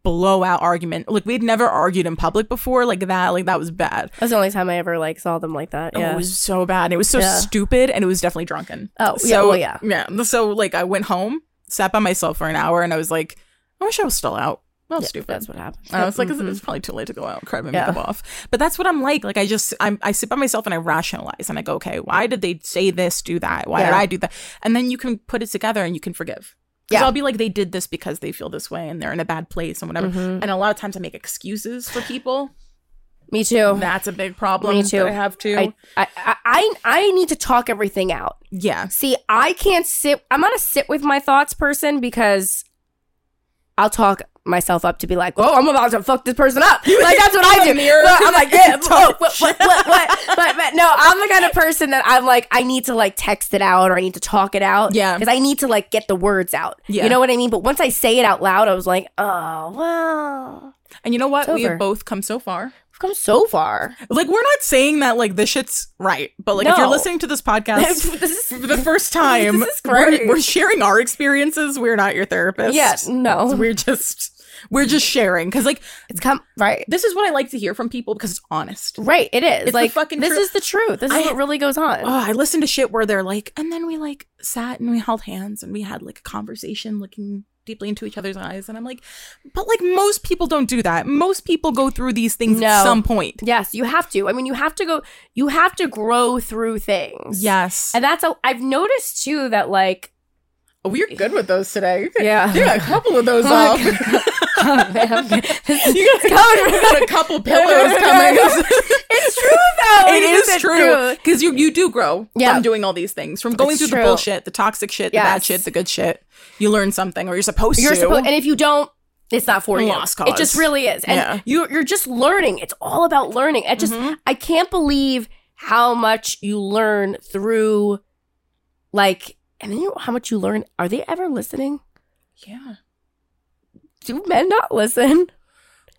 Blowout argument. Like we'd never argued in public before like that. Like that was bad.
That's the only time I ever like saw them like that. Yeah.
It was so bad. And it was so
Yeah.
stupid and it was definitely drunken.
Oh,
so,
yeah, well, yeah.
Yeah. So like I went home, sat by myself for an hour, and I was like, I wish I was still out. Well,
Yeah,
stupid.
That's what happens.
I was like, it's, it's probably too late to go out, and cry my
Yeah.
makeup off. But that's what I'm like. Like I just, I'm, I sit by myself and I rationalize, and I go, okay, why did they say this, do that? Why did
Yeah.
I do that? And then you can put it together and you can forgive. Because
Yeah.
I'll be like, they did this
Mm-hmm.
because they feel this way and they're in a bad place and whatever. And a lot of times I make excuses for people.
Me too.
That's a big problem.
Oh. Me too.
that I have to.
I, I, I, I- I need to talk everything out.
yeah.
See, I can't sit. I'm not a sit with my thoughts person because I'll talk myself up to be like, oh, I'm about to fuck this person up. Like, that's what I
In the
do.
mirror.
Well, I'm like, yeah, oh, what, what, what, what? But, but no, I'm the kind of person that I'm like, I need to like text it out or I need to talk it out.
Yeah.
Because I need to like get the words out.
Yeah.
You know what I mean? But once I say it out loud, I was like, oh, well,
And you know what?
It's
We
over.
have both come so far.
I've come so far.
Like we're not saying that like this shit's right, but like if you're
No.
listening to this podcast
this is
for the first time,
This is
we're,
great.
we're sharing our experiences. We're not your therapist.
Yeah, no.
We're just we're just sharing because like
It's come right.
this is what I like to hear from people because it's honest. Oh,
Right, it is.
It's the
like
fucking
this
truth.
is the truth. This
I-
is what really goes on.
Oh, I listen to shit where they're like, and then we like sat and we held hands and we had like a conversation looking deeply into each other's eyes. And I'm like, but like most people don't do that. Most people go through these things at
No.
some point.
Yes, you have to. I mean, you have to go you have to grow through things.
Yes.
And that's a I've noticed too that like
we're good with those today.
Yeah.
Yeah, a couple of those
Oh,
off.
it's
You got, you got a couple pillows coming.
true though.
it is
a
true because you you do grow
Yeah.
from doing all these things, from going
It's
through
true.
the bullshit, the toxic shit, the bad
Yes.
shit, the good shit. You learn something, or you're supposed
You're
to.
supposed and if you don't it's not for you.
Lost
It just
cause.
really is. And
Yeah.
you're you're just learning. It's all about learning.
Mm-hmm.
I just I can't believe how much you learn through like and then you know how much you learn. Are they ever listening?
yeah.
Do men not listen?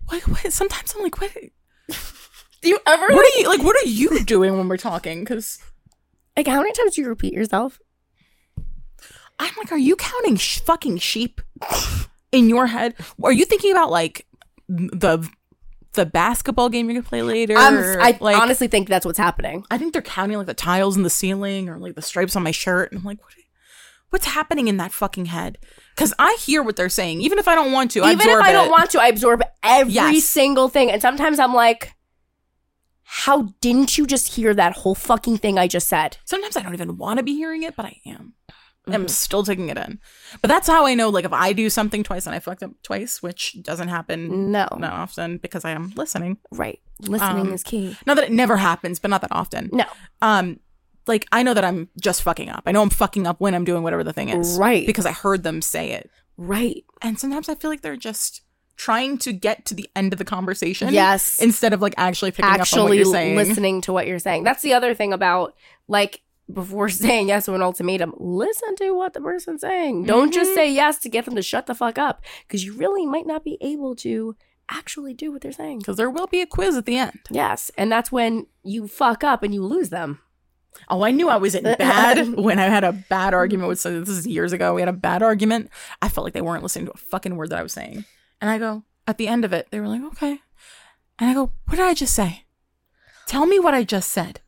What, what, sometimes I'm like, what?
Do you ever
What are you like? What are you doing when we're talking? Because
Like, how many times do you repeat yourself?
I'm like, are you counting sh- fucking sheep in your head? Are you thinking about like the the basketball game you're gonna play later?
I'm,
or,
Um, I
Um, like,
honestly think that's what's happening.
I think they're counting like the tiles in the ceiling or like the stripes on my shirt. And I'm like, what? What's happening in that fucking head? Because I hear what they're saying, even if I don't want to. I
Even if
absorb
I don't
it.
want to, I absorb every
Yes.
single thing. And sometimes I'm like, how didn't you just hear that whole fucking thing I just said?
Sometimes I don't even want to be hearing it, but I am.
Mm-hmm.
I'm still taking it in. But that's how I know. Like if I do something twice and I fucked up twice, which doesn't happen
No.
not often because I am listening.
Right. Listening
Um,
is key.
Not that it never happens, but not that often.
No.
Um, like I know that I'm just fucking up. I know I'm fucking up when I'm doing whatever the thing is,
Right.
Because I heard them say it.
Right.
And sometimes I feel like they're just trying to get to the end of the conversation.
Yes.
Instead of like actually picking up on what
Actually
you're saying.
listening to what you're saying. That's the other thing about, like, before saying yes to an ultimatum, listen to what the person's saying. Don't just
Mhm.
say yes to get them to shut the fuck up because you really might not be able to actually do what they're saying.
Because there will be a quiz at the end.
Yes, and that's when you fuck up and you lose them.
Oh, I knew I was in bad when I had a bad argument with someone. This is years ago. We had a bad argument. I felt like they weren't listening to a fucking word that I was saying. And I go, at the end of it, they were like, okay. And I go, what did I just say? Tell me what I just said.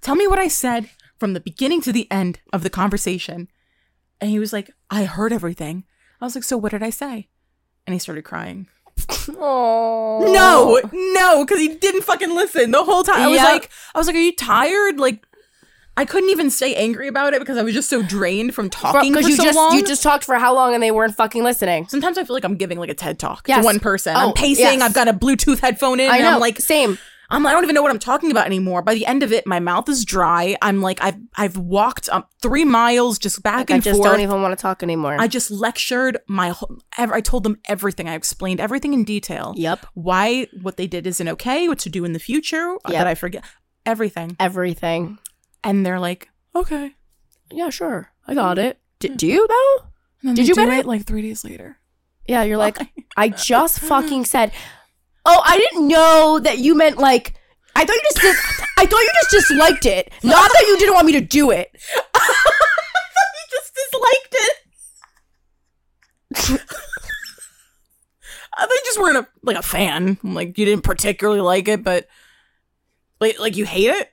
Tell me what I said from the beginning to the end of the conversation. And he was like, I heard everything. I was like, so what did I say? And he started crying.
Oh
No, no, because he didn't fucking listen the whole time. I was
Yep.
like, I was like, are you tired? Like, I couldn't even stay angry about it because I was just so drained from talking for,
because you
so
just
long.
you just talked for how long and they weren't fucking listening.
Sometimes I feel like I'm giving like a TED talk to
Yes.
one person.
Oh,
I'm pacing.
yes.
I've got a Bluetooth headphone in.
I
And
know,
I'm like,
same.
I'm. I don't even know what I'm talking about anymore. By the end of it, my mouth is dry. I'm like, I've I've walked um, three miles just back
I
and
just
forth.
don't even want to talk anymore.
I just lectured my whole. ev- I told them everything. I explained everything in detail.
Yep.
Why what they did isn't okay. What to do in the future uh,
Yep.
that I forget everything.
Everything.
And they're like, okay.
Yeah, sure, I got it. D- do you though?
And then
Did
they
you
do
get it?
like three days later?
Yeah, you're like,
Uh,
I just
mm.
fucking said. Oh, I didn't know that you meant like. I thought you just. Dis- I thought you just disliked it, not that you didn't want me to do it.
I just disliked it. Uh, they just weren't a like a fan. Like you didn't particularly like it, but like like you hate it.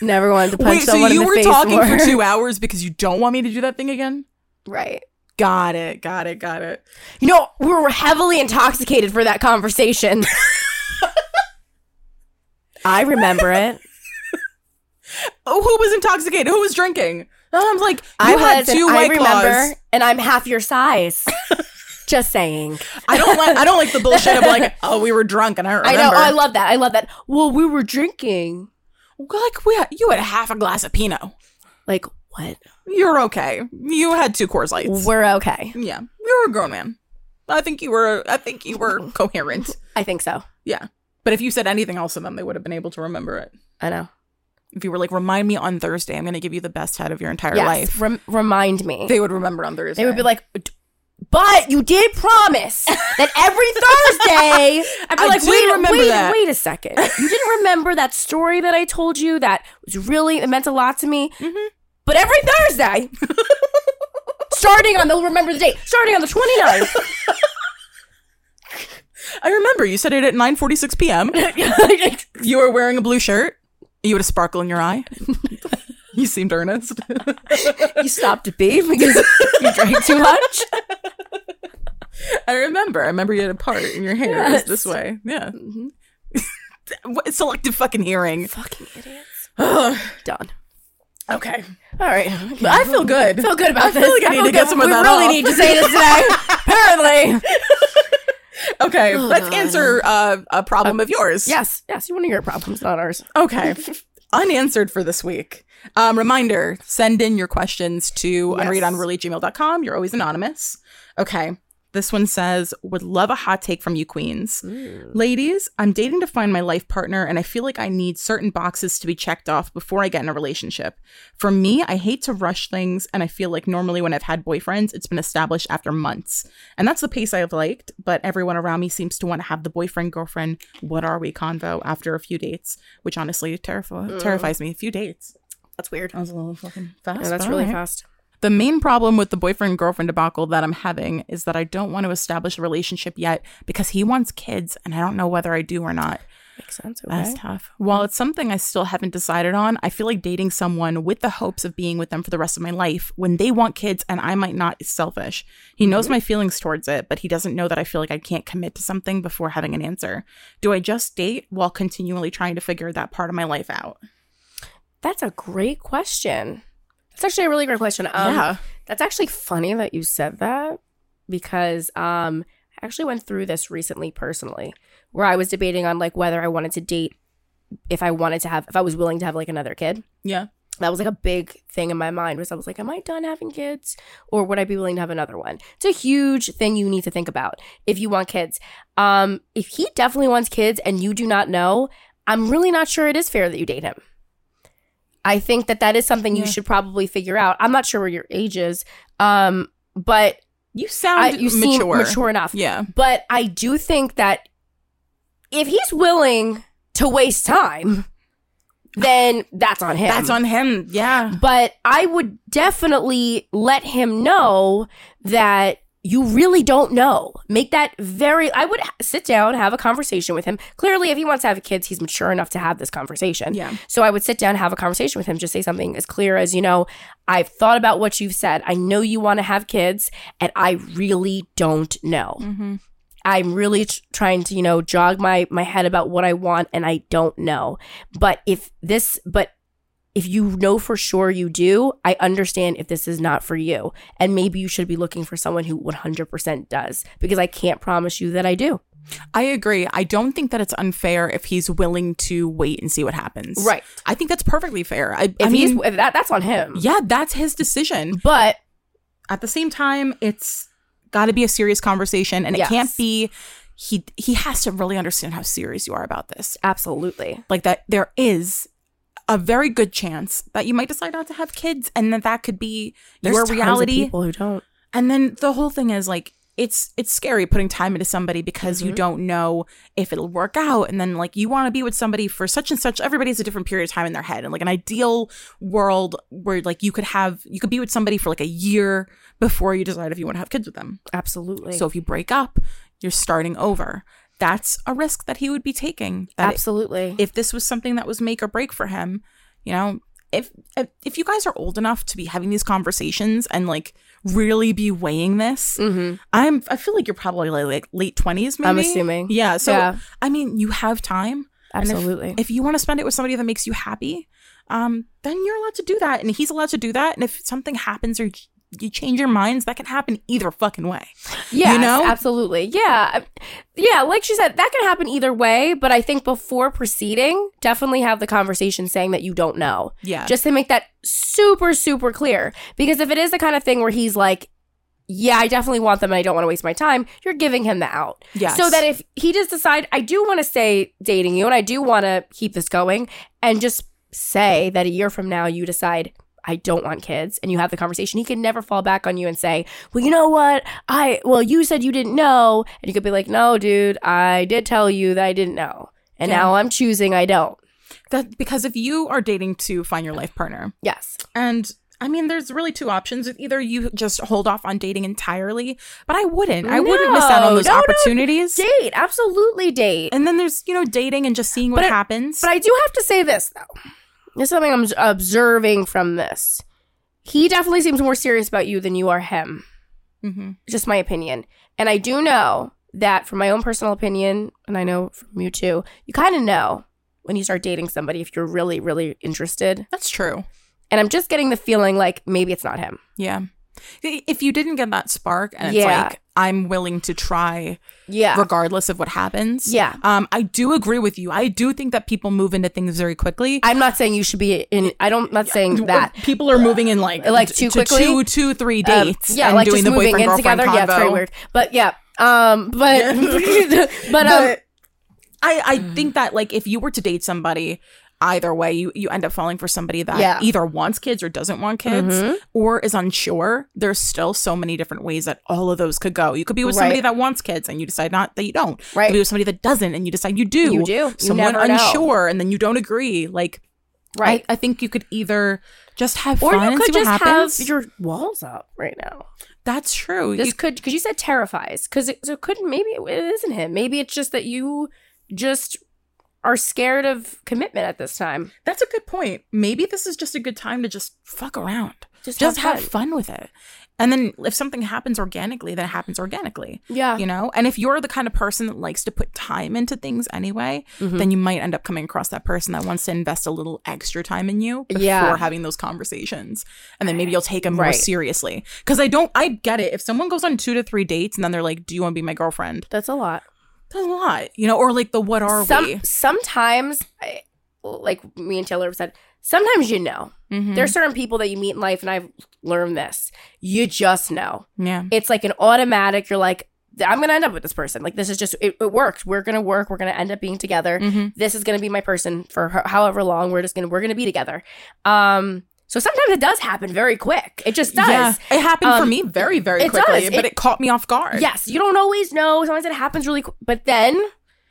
Never wanted to punch
Wait, so
someone in
you
the
were
face
talking
more.
for two hours because you don't want me to do that thing again?
right.
Got it. Got it. Got it.
You know, we were heavily intoxicated for that conversation. I remember it.
Oh, who was intoxicated? Who was drinking? And I'm like, you
I
had
was, and
two
I
white
remember,
claws.
and I'm half your size. Just saying.
I don't like I don't like the bullshit of like, oh, we were drunk and I don't
I
remember.
know. I love that. I love that. Well, we were drinking.
like we had, you had half a glass of Pinot.
Like what?
You're okay. You had two Coors Lights.
We're okay.
yeah, you were a grown man. I think you were. I think you were coherent.
I think so.
Yeah, but if you said anything else to them, they would have been able to remember it.
I know.
If you were like, remind me on Thursday, I'm going to give you the best head of your entire
Yes.
life.
Rem- remind me.
They would remember on Thursday.
They would be like, "D- but you did promise that every Thursday.
I'd be like,
did
wait, remember
wait,
that.
Wait a second. You didn't remember that story that I told you that was really, it meant a lot to me.
Mhm.
But every Thursday, starting on the, remember the date, starting on the 29th.
I remember you said it at 9:46 p.m. You were wearing a blue shirt. You had a sparkle in your eye. you seemed earnest.
you stopped to pee because you drank too much.
I remember. I remember you had a part in your hair. It was this way. Yeah. Mm-hmm. What- Selective fucking hearing.
Fucking idiots.
Ugh.
Done.
okay.
All right.
I feel good.
I feel good about
I feel
this.
like I need
feel
to get
good.
some of
we
that
really
off.
need to say this today. Apparently.
Okay. let's
God.
answer uh, a problem of yours.
Yes, yes, you want to hear problems, not ours.
Okay. Unanswered for this week. Um, reminder send in your questions to
Yes.
unreadonreallygmail.com. You're always anonymous. Okay. This one says, Would love a hot take from you, Queens.
Mm.
Ladies, I'm dating to find my life partner, and I feel like I need certain boxes to be checked off before I get in a relationship. For me, I hate to rush things, and I feel like normally when I've had boyfriends, it's been established after months. And that's the pace I've liked, but everyone around me seems to want to have the boyfriend, girlfriend, what are we convo after a few dates, which honestly terrifi-
Mm.
terrifies me. A few dates.
That's weird.
That was a little fucking fast.
Oh, that's
but
really
alright.
fast.
The main problem with the boyfriend girlfriend debacle that I'm having is that I don't want to establish a relationship yet because he wants kids and I don't know whether I do or not.
Makes sense. Okay.
That's tough. While it's something I still haven't decided on, I feel like dating someone with the hopes of being with them for the rest of my life when they want kids and I might not is selfish. He knows my feelings towards it, but he doesn't know that I feel like I can't commit to something before having an answer. Do I just date while continually trying to figure that part of my life out?
That's a great question. That's actually a really great question. Um,
yeah.
That's actually funny that you said that because um, I actually went through this recently personally where I was debating on like whether I wanted to date if I wanted to have, if I was willing to have like another kid.
Yeah.
that was like a big thing in my mind was i was like am i done having kids or would i be willing to have another one it's a huge thing you need to think about if you want kids um if he definitely wants kids and you do not know i'm really not sure it is fair that you date him i think that that is something
Yeah.
you should probably figure out i'm not sure where your age is um but
You
I,
sound
you seem
mature.
mature enough
Yeah.
but I do think that if he's willing to waste time, then that's on him.
That's on him. Yeah.
But I would definitely let him know that you really don't know. Make that very. I would sit down, have a conversation with him. Clearly, if he wants to have kids, he's mature enough to have this conversation.
Yeah.
So I would sit down, have a conversation with him, just say something as clear as, you know, I've thought about what you've said. I know you want to have kids, and I really don't know.
Mm-hmm.
I'm really tr- trying to, you know, jog my my head about what I want and I don't know. But if this but if you know for sure you do, I understand if this is not for you and maybe you should be looking for someone who 100% does because I can't promise you that I do.
I agree. I don't think that it's unfair if he's willing to wait and see what happens.
Right.
I think that's perfectly fair. I,
If
I mean,
he's if that that's on him.
yeah, that's his decision.
But
At the same time, it's got to be a serious conversation, and
Yes.
it can't be. He he has to really understand how serious you are about this.
absolutely.
Like that, there is a very good chance that you might decide not to have kids, and that that could be your
There's tons of
reality.
people who don't.
And then the whole thing is like it's it's scary putting time into somebody because you don't know if it'll work out and then like you want to be with somebody for such and such everybody has a different period of time in their head and like an ideal world where like you could have you could be with somebody for like a year before you decide if you want to have kids with them.
Absolutely.
So if you break up, you're starting over. That's a risk that he would be taking. That
absolutely.
if this was something that was make or break for him, you know, if if- if you guys are old enough to be having these conversations and like really be weighing this,
Mhm.
I'm I feel like you're probably like, like late twenties, maybe.
I'm assuming.
Yeah. So
Yeah.
I mean, you have time. And if-
Absolutely.
If, you want to spend it with somebody that makes you happy, um, then you're allowed to do that, and he's allowed to do that. And if something happens or you change your minds, that can happen either fucking way.
Yeah,
You know?
absolutely. Yeah, yeah. Like she said, that can happen either way. But I think before proceeding, definitely have the conversation saying that you don't know,
Yeah.
just to make that super, super clear. Because if it is the kind of thing where he's like, "Yeah, I definitely want them, and I don't want to waste my time," you're giving him the out.
yes.
So that if he does decide, I do want to stay dating you and I do want to keep this going, and just say that a year from now you decide, I don't want kids, and you have the conversation, he can never fall back on you and say, Well, you know what? I, well, you said you didn't know. And you could be like, No, dude, I did tell you that I didn't know. And
Yeah.
now I'm choosing I don't.
that because if you are dating to find your life partner,
Yes.
And I mean, there's really two options. Either you just hold off on dating entirely, but I wouldn't. I wouldn't miss out on
No,
those
no, no.
opportunities.
Date. Absolutely date.
And then there's, you know, dating and just seeing what
But I-
happens.
But I do have to say this though. This is something I'm observing from this. He definitely seems more serious about you than you are him.
hmm
Just my opinion. And I do know that from my own personal opinion, and I know from you too, you kind of know when you start dating somebody if you're really, really interested.
That's true.
And I'm just getting the feeling like maybe it's not him.
Yeah. I- If you didn't get that spark and
Yeah.
it's like, I'm willing to try
Yeah.
regardless of what happens.
Yeah.
Um, I do agree with you. I do think that people move into things very quickly.
I'm not saying you should be in, I don't, not saying that.
people are moving in like
Like,
t-
too
to
quickly?
two, two, three
Um,
dates. and doing the boyfriend girlfriend
Yeah, it's very
convo.
weird. But yeah. Um, but, but, um,
But I, I think that like if you were to date somebody either way you, you end up falling for somebody that
Yeah.
either wants kids or doesn't want kids or is unsure there's still so many different ways that all of those could go you could be with somebody
Right.
that wants kids and you decide not that you don't you
Right.
could be with somebody that doesn't and you decide you do
You do. You
someone
never know.
unsure and then you don't agree like
Right.
I, I think you could either just have
or
fun
you
and see
could
what
just
happens
have your walls up right now.
that's true
This
You-
could because you said terrifies because it, so it could maybe it isn't him. Maybe it's just that you just are scared of commitment at this time.
that's a good point maybe this is just a good time to just fuck around
Just,
just have fun with it. And then if something happens organically, then it happens organically.
Yeah.
You know? And if you're the kind of person that likes to put time into things anyway,
Mm-hmm.
then you might end up coming across that person that wants to invest a little extra time in you before
Yeah.
having those conversations. And then maybe you'll take them more
Right.
seriously. Cause I don't I get it. If someone goes on two to three dates and then they're like, Do you want to be my girlfriend?
That's a lot.
That's a lot. You know, or like the what are
Some
we?
sometimes, I, like me and Taylor have said, sometimes you know
Mhm.
there's certain people that you meet in life, and I've learned this. You just know.
Yeah.
it's like an automatic you're like i'm gonna end up with this person like this is just it, it works we're gonna work we're gonna end up being together
Mhm.
this is gonna be my person for ho- however long we're just gonna we're gonna be together um so sometimes it does happen very quick it just does
Yeah. It happened for
Um,
me very, very
it
quickly,
does.
but
It-
it caught me off guard.
yes you don't always know sometimes it happens really qu- but then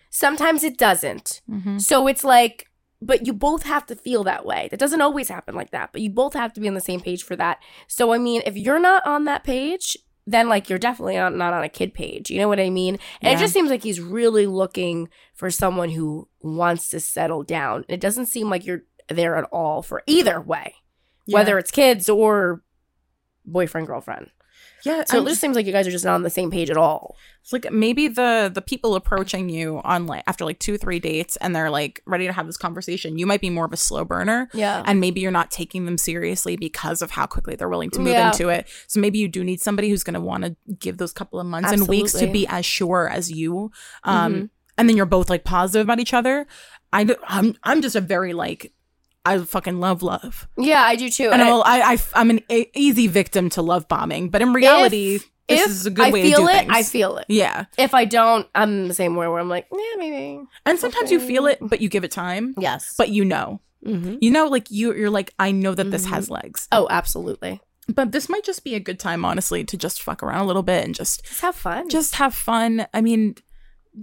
sometimes it doesn't
Mhm.
so it's like but you both have to feel that way that doesn't always happen like that but you both have to be on the same page for that so i mean if you're not on that page then like you're definitely not, not on a kid page you know what i mean and
Yeah.
it just seems like he's really looking for someone who wants to settle down it doesn't seem like you're there at all for either way
Yeah.
whether it's kids or boyfriend girlfriend
Yeah.
so
I'm-
it just seems like you guys are just not on the same page at all
It's like maybe the the people approaching you on like after like two three dates and they're like ready to have this conversation. You might be more of a slow burner,
yeah
and maybe you're not taking them seriously because of how quickly they're willing to move
Yeah.
into it. So maybe you do need somebody who's going to want to give those couple of months and weeks to
Absolutely. Mm-hmm.
be as sure as you. Um, and then you're both like positive about each other. I d- I'm I'm just a very like. I fucking love love,
yeah i do too
and
And I-
I'll, I, I am an e- easy victim to love bombing. But in reality, this
if
is a good
I
way
feel
to do
it,
things.
I feel it.
yeah,
If I don't, I'm the same way where I'm like, yeah, maybe.
And sometimes you feel it, but you give it time.
Yes. But
But you know,
Mhm.
you know, like you, you're like, I know that this has legs.
oh, absolutely.
But this might just be a good time, honestly, to just fuck around a little bit and just,
Just have fun.
just have fun. I mean,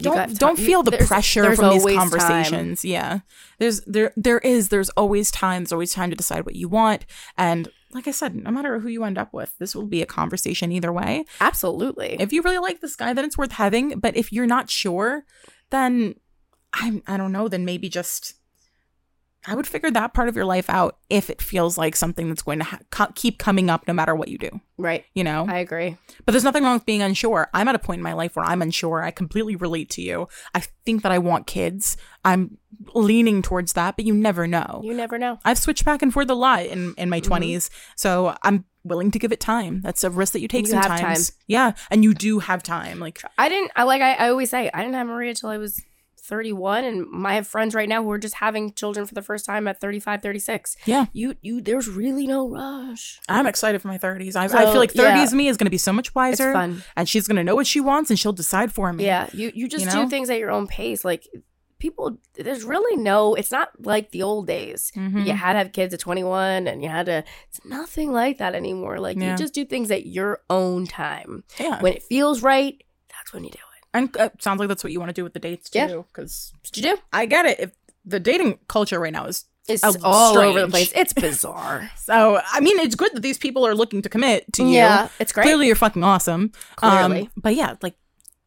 got ti-
don't don't
you-
feel the
there's-
pressure
there's
from these
always time.
conversations. Yeah, there's there there is there's always time. There's always time to decide what you want. And like I said, no matter who you end up with, this will be a conversation either way.
absolutely.
If you really like this guy, then it's worth having. But if you're not sure, then I'm I don't know. Then maybe just I would figure that part of your life out if it feels like something that's going to ha- co- keep coming up no matter what you do,
Right.
you know?
I agree.
But there's nothing wrong with being unsure. I'm at a point in my life where I'm unsure. I completely relate to you. I think that I want kids. I'm leaning towards that, but you never know.
You never know.
I've switched back and forth a lot in, in my
Mm-hmm.
20s. So I'm willing to give it time. That's a risk that you take
You have
sometimes. Yeah. And you do have time. Like,
I didn't. I like. I, I always say I didn't have Maria till I was 31, and my I have friends right now who are just having children for the first time at 35, 36.
yeah,
You, you. There's really no rush.
I'm excited for my 30s. I, I
So,
feel like 30s
yeah.
me is going to be so much
It's
wiser.
fun.
And she's going to know what she wants and she'll decide for me.
Yeah. You, you just
Mm. You know?
do things at your own pace. Like people, there's really no. It's not like the old days.
Mhm.
You had to have kids at 21, and you had to. It's nothing like that anymore. Like
Yeah.
you just do things at your own time.
Yeah.
When it feels right, that's when you do it.
And uh, sounds like that's what you want to do with the dates
Yeah.
too. Because
What you do?
I get it. If the dating culture right now is
It's
Oh,
all over the
strange.
place. It's bizarre.
so, I mean, it's good that these people are looking to commit to you.
it's great.
Clearly, you're fucking awesome. Um,
Clearly.
but yeah, like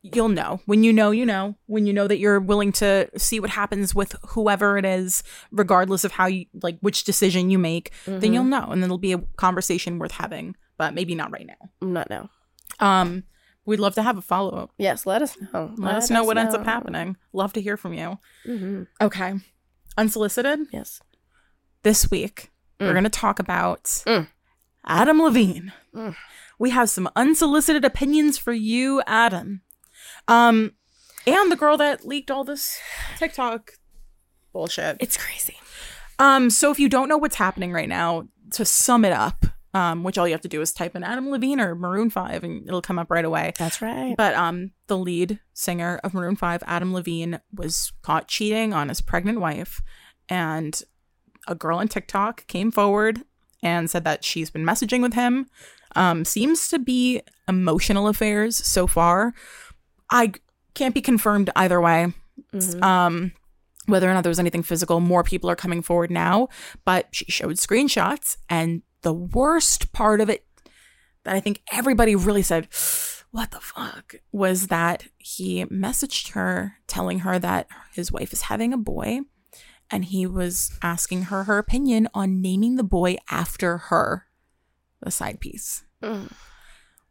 you'll know when you know, you know when you know that you're willing to see what happens with whoever it is, regardless of how you like which decision you make. Then
Mm-hmm.
you'll know, and then it'll be a conversation worth having. But maybe not right now.
not know.
Um, we'd love to have a follow up.
Yes, let us know.
Let, us know what ends up happening. Love to hear from you.
Mhm.
Okay, unsolicited.
Yes.
this week we're
Mm.
going to talk about
Mm.
Adam Levine.
Mm.
We have some unsolicited opinions for you, Adam. Um, and the girl that leaked all this TikTok bullshit.
It's crazy.
Um, so if you don't know what's happening right now, to sum it up, um, which all you have to do is type in Adam Levine or Maroon Five, and it'll come up right away.
That's right.
But um, the lead singer of Maroon Five, Adam Levine, was caught cheating on his pregnant wife, and a girl on TikTok came forward and said that she's been messaging with him. Um, seems to be emotional affairs so far. I can't be confirmed either way um whether or not there was anything physical more people are coming forward now but she showed screenshots and the worst part of it that i think everybody really said what the fuck was that he messaged her telling her that his wife is having a boy and he was asking her her opinion on naming the boy after her the side piece
Mm.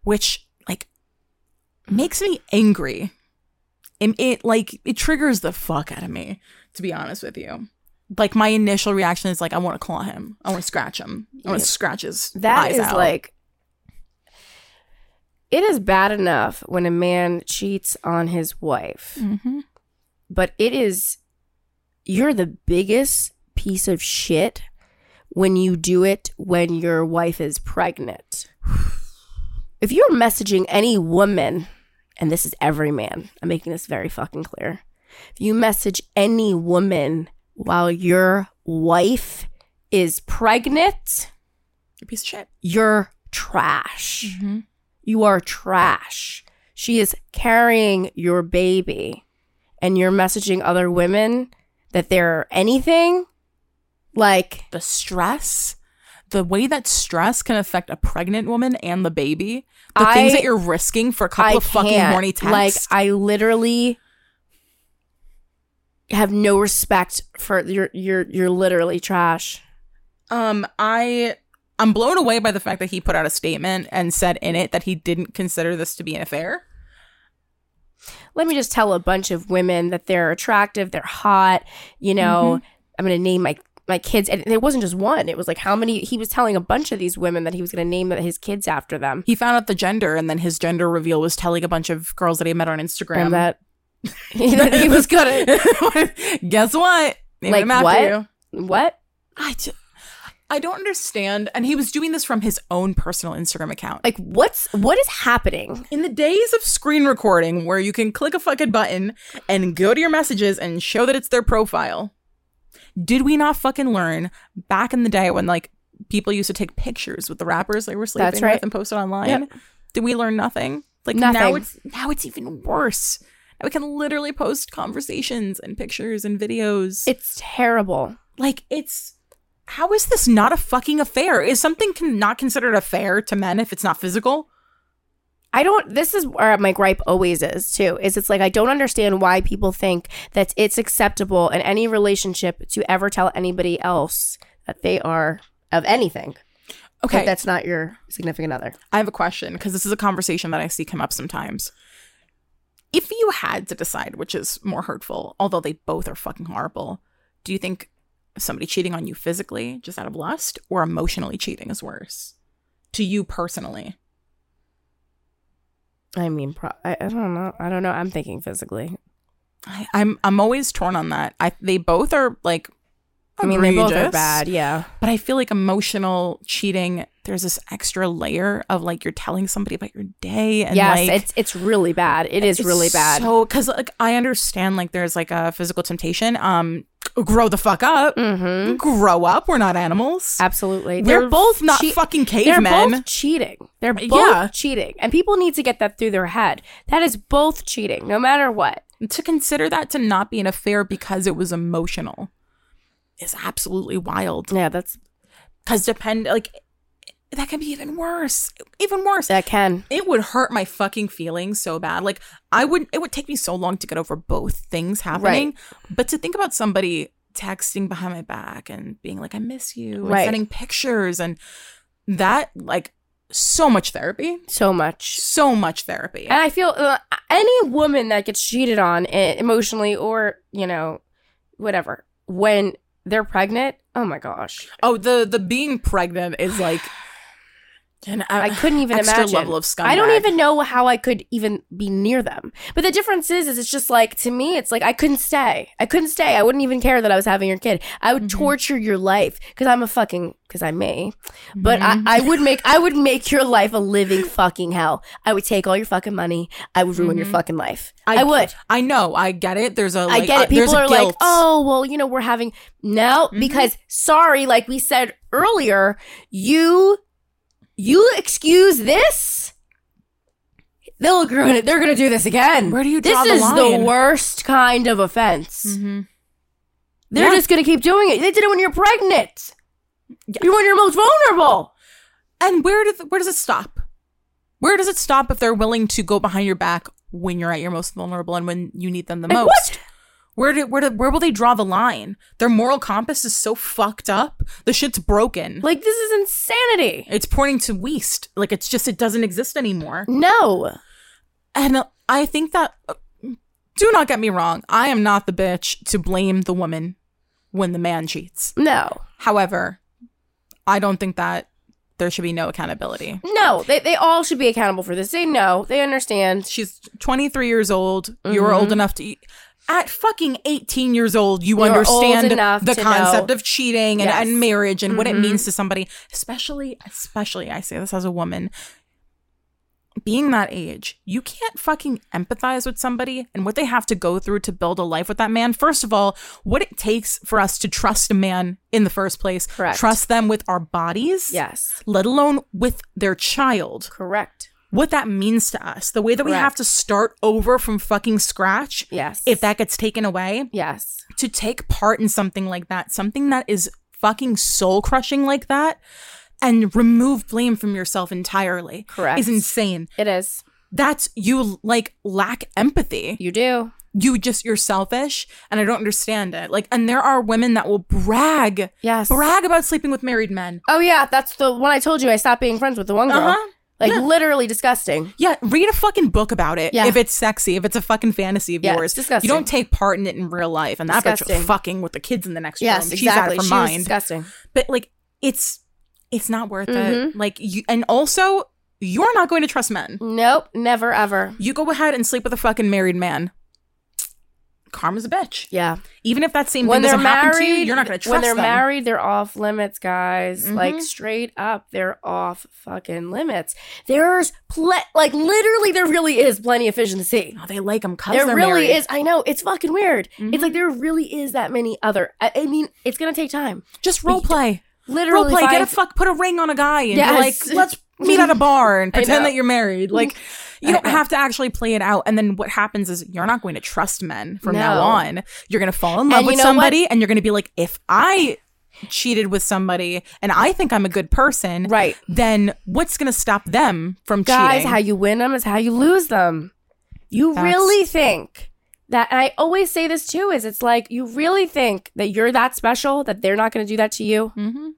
which like makes me angry it, it like it triggers the fuck out of me to be honest with you like my initial reaction is like i want to claw him i want to scratch him i want
Yeah.
to scratch his
That
eyes
is
out.
like it is bad enough when a man cheats on his wife,
Mhm.
but it is you're the biggest piece of shit when you do it when your wife is pregnant. If you're messaging any woman, and this is every man, I'm making this very fucking clear. If you message any woman while your wife is pregnant,
a piece of shit
you're trash.
Mm-hmm.
You are trash. She is carrying your baby and you're messaging other women that they're anything. Like,
the stress the way that stress can affect a pregnant woman and the baby the
I-
things that you're risking for a couple
I
of fucking
can't.
horny
Like,
texts
I literally have no respect for you're you're you're literally trash.
Um, I I'm blown away by the fact that he put out a statement and said in it that he didn't consider this to be an affair.
Let me just tell a bunch of women that they're attractive, they're hot, you know,
Mm-hmm.
I'm gonna name my my kids and it wasn't just one. It was like how many he was telling a bunch of these women that he was gonna name his kids after them.
He found out the gender, and then his gender reveal was telling a bunch of girls that he met on Instagram.
And that that he was gonna
Guess what? Named
Like,
him after
what?
you.
what?
I ju- I don't understand. And he was doing this from his own personal Instagram account.
Like what's what is happening?
in the days of screen recording, where you can click a fucking button and go to your messages and show that it's their profile, did we not fucking learn back in the day when like people used to take pictures with the rappers they were sleeping
That's right.
with and post it online?
Yep.
Did we learn nothing? Like now
Nothing.
it's now it's even worse. Now we can literally post conversations and pictures and videos.
It's terrible.
like it's how is this not a fucking affair? Is something con- not considered affair to men if it's not physical?
I don't, this is where my gripe always is too, is it's like I don't understand why people think that it's acceptable in any relationship to ever tell anybody else that they are of anything. Okay.
Okay,
that's not your significant other.
I have a question because this is a conversation that I see come up sometimes. If you had to decide which is more hurtful, although they both are fucking horrible, do you think somebody cheating on you physically just out of lust or emotionally cheating is worse to you personally?
I mean, pro- I, I don't know. I don't know. I'm thinking physically.
I, I'm I'm always torn on that. I they both are like
I mean, they both are
egregious,
bad. Yeah.
But I feel like emotional cheating, there's this extra layer of like you're telling somebody about your day and
yes,
like
it's it's really bad. It is really bad.
So, because like I understand, like there's like a physical temptation. Um, grow the fuck up,
mm-hmm.
grow up. We're not animals.
Absolutely.
We're both not
fucking.
fucking
They're
cavemen.
both cheating. They're both
Yeah.
cheating. And people need to get that through their head. That is both cheating, no matter what.
to consider that to not be an affair because it was emotional is absolutely wild.
Yeah, that's
Because depend like that can be even worse, even worse.
that can.
it would hurt my fucking feelings so bad. Like I would it would take me so long to get over both things happening. But to think about somebody texting behind my back and being like, I miss you,
Right.
and sending pictures and that like so much therapy.
So much.
So much therapy.
And I feel uh, any woman that gets cheated on eh, emotionally or, you know, whatever, when they're pregnant, oh my gosh.
oh, the the being pregnant is like an
I couldn't even
Uh, extra
imagine.
level of scumbag.
I don't even know how I could even be near them. But the difference is, is it's just like to me, it's like I couldn't stay. I couldn't stay. I wouldn't even care that I was having your kid. I would
Mhm.
torture your life because I'm a fucking because I'm me. But
Mhm.
I, I would make I would make your life a living fucking hell. I would take all your fucking money. I would ruin your
Mhm.
fucking life.
I-
I, would.
I know, I get it. There's a like,
I get
uh,
it. People
there's a
are like,
guilt.
oh well, you know, we're having no
Mhm.
because sorry, like we said earlier, you you excuse this. They'll gonna they're gonna do this again.
Where do you
this
draw the
is
line?
the worst kind of offense.
Mhm.
They're
Yeah.
just gonna keep doing it. They did it when you're pregnant.
Yeah.
You're when you're most vulnerable.
And where does where does it stop? Where does it stop if they're willing to go behind your back when you're at your most vulnerable and when you need them the
Like,
most?
what?
Where do, where do, where will they draw the line? Their moral compass is so fucked up. The shit's broken.
Like this is insanity.
it's pointing to waste. Like it's just it doesn't exist anymore.
No.
And uh, I think that do not get me wrong. I am not the bitch to blame the woman when the man cheats.
No.
However, I don't think that there should be no accountability.
No. They they all should be accountable for this. They know. They understand.
She's 23 years old. You were old enough to eat. At fucking 18 years old, you
Mm-hmm. You're old
understand
enough
the
to
concept
know.
of cheating and,
Yes.
and marriage and what it
Mhm.
means to somebody, especially, especially, I say this as a woman. Being that age, you can't fucking empathize with somebody and what they have to go through to build a life with that man. First of all, what it takes for us to trust a man in the first place,
Correct.
trust them with our bodies,
Yes.
let alone with their child
Correct.
what that means to us, the way that we
Correct.
have to start over from fucking scratch,
Yes.
if that gets taken away,
Yes.
to take part in something like that, something that is fucking soul crushing like that, and remove blame from yourself entirely
Correct.
is insane.
It is.
That's you like lack empathy
You do.
you just you're selfish and i don't understand it like and there are women that will brag
Yes.
brag about sleeping with married men
Oh yeah, that's the one I told you I stopped being friends with the one girl.
Uh-huh.
Like literally disgusting.
Yeah, read a fucking book about it.
Yeah.
If it's sexy, if it's a fucking fantasy of
Yeah, it's
yours,
disgusting.
you don't take part in it in real life. And that bitch was
Disgusting.
fucking with the kids in the next room. She's out of her
She was
mind.
disgusting.
But like, it's it's not worth
Mm-hmm.
it. Like you, and also you're not going to trust men.
Nope, never ever.
You go ahead and sleep with a fucking married man. Karma's a bitch.
Yeah.
Even if that same
When
thing
they're
doesn't happen to
married,
you, you're not going to trust
when they're
them.
married, they're off limits, guys. Like
Mhm.
straight up, they're off fucking limits. There's ple- like literally, there really is plenty of fish in the sea.
No, they like them because
There
they're
really
married.
is. I know it's fucking weird.
Mhm.
It's like there really is that many other. I, I mean, it's gonna take time.
Just role play.
Literally,
Role play. Get a
find-
fuck. Put a ring on a guy, and
Yes.
you're like, let's meet at a bar and
I
pretend
know.
that you're married. Like, you don't
I know.
have to actually play it out. And then what happens is you're not going to trust men from now
No.
on. You're going to fall in love
And you
with
know what?
somebody, and you're going to be like, if I cheated with somebody and I think I'm a good person,
Right.
then what's going to stop them from
Guys,
cheating?
how you win them is how you lose them. You
That's-
really think that and I always say this too is it's like you really think that you're that special that they're not going to do that to you?
mm-hmm.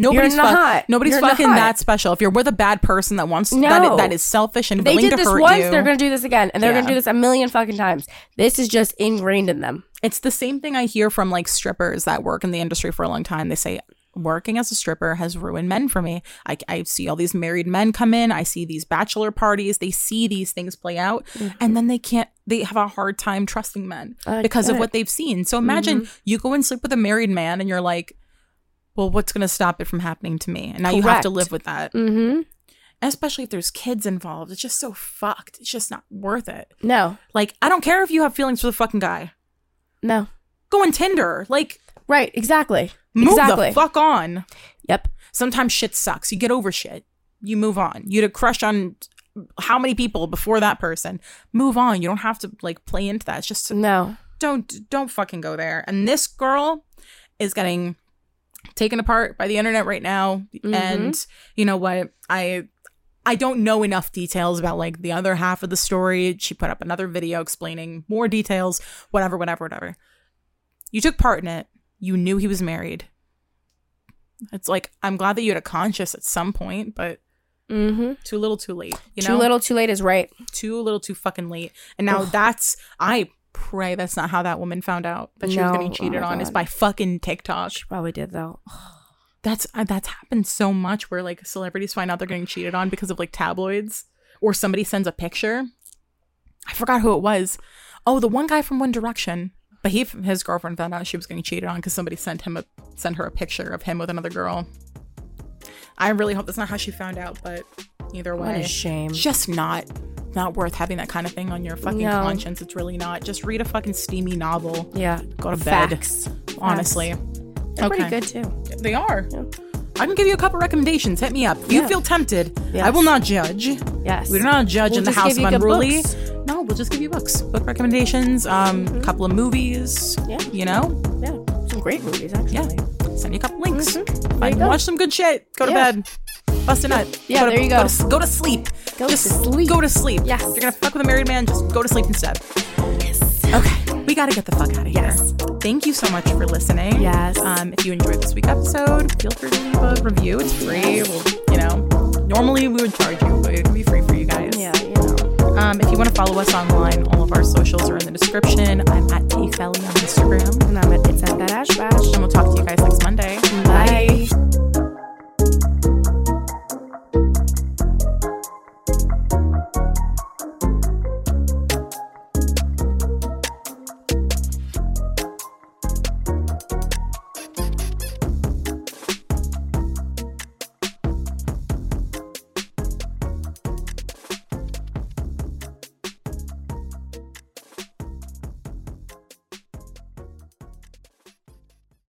Nobody's
You're
fuck-
not.
Nobody's
You're
fucking
not.
that special. If you're with a bad person that wants that,
No.
that is selfish and
They
willing
did
to
this
hurt
once,
you,
they're going to do this again and they're going
Yeah.
to do this a million fucking times. This is just ingrained in them.
it's the same thing I hear from like strippers that work in the industry for a long time. They say working as a stripper has ruined men for me. I, I see all these married men come in. I see these bachelor parties. They see these things play out, and then they can't. They have a hard time trusting men
Mm-hmm. I
because of
bet. Mm-hmm.
what they've seen. So imagine you go and sleep with a married man, and you're like, "Well, what's going to stop it from happening to me?" And now you have to
Correct.
live with that.
Mhm.
Especially if there's kids involved, it's just so fucked. It's just not worth it.
No.
Like, I don't care if you have feelings for the fucking guy.
No.
Go on Tinder. Like,
Right, exactly.
Move
exactly.
the fuck on.
Yep.
Sometimes shit sucks. You get over shit. You move on. You had a crush on how many people before that person. Move on. You don't have to like play into that. It's just
No.
don't don't fucking go there. And this girl is getting taken apart by the internet right now. And you know what? I I don't know enough details about like the other half of the story. She put up another video explaining more details, whatever, whatever, whatever. You took part in it. You knew he was married. It's like I'm glad that you had a conscience at some point, but
Mhm.
too little, too late. You know,
Too little, too late is right.
too little too fucking late. And now that's I pray that's not how that woman found out that she was
No.
getting cheated
Oh my
on is
God.
by fucking TikTok.
Probably did though.
That's uh, that's happened so much where like celebrities find out they're getting cheated on because of like tabloids or somebody sends a picture. I forgot who it was. Oh, the one guy from One Direction. But he his girlfriend found out she was getting cheated on because somebody sent him a sent her a picture of him with another girl. I really hope that's not how she found out, but either way
What a shame.
just not not worth having that kind of thing on your fucking
No.
conscience. It's really not. Just read a fucking steamy novel.
Yeah.
Go to bed.
Facts.
Honestly.
They're
Okay.
pretty good too.
They are.
Yeah.
I can give you a couple recommendations. Hit me up. If you
Yeah.
feel tempted, I
Yes.
will not judge.
Yes.
We're not a judge
We'll
in the
just
house
give
of
you good
unruly.
books. Mm-hmm.
No, we'll just give you books, book recommendations, um, a couple of movies.
Yeah.
You know,
Yeah. Some great movies, actually.
Yeah. send you a couple links.
Mhm. There you
Find-
go.
Watch some good shit. Go to
Yeah.
bed. Bust a nut.
Yeah,
to,
there you go.
to s- Go to, sleep.
Go to
just
sleep.
Go to sleep.
Yes.
If you're gonna fuck with a married man, just go to sleep instead. Okay, we gotta get the fuck out of here.
Yes.
Thank you so much for listening.
Yes.
Um, if you enjoyed this week's episode, feel free to leave a review. It's free. We'll, you know, normally we would charge you, but it can be free for you guys.
Yeah, you know.
Um, if you want to follow us online, all of our socials are in the description. I'm at tfelly on Instagram,
And I'm at It's at That Ash Bash.
and we'll talk to you guys next Monday.
Bye.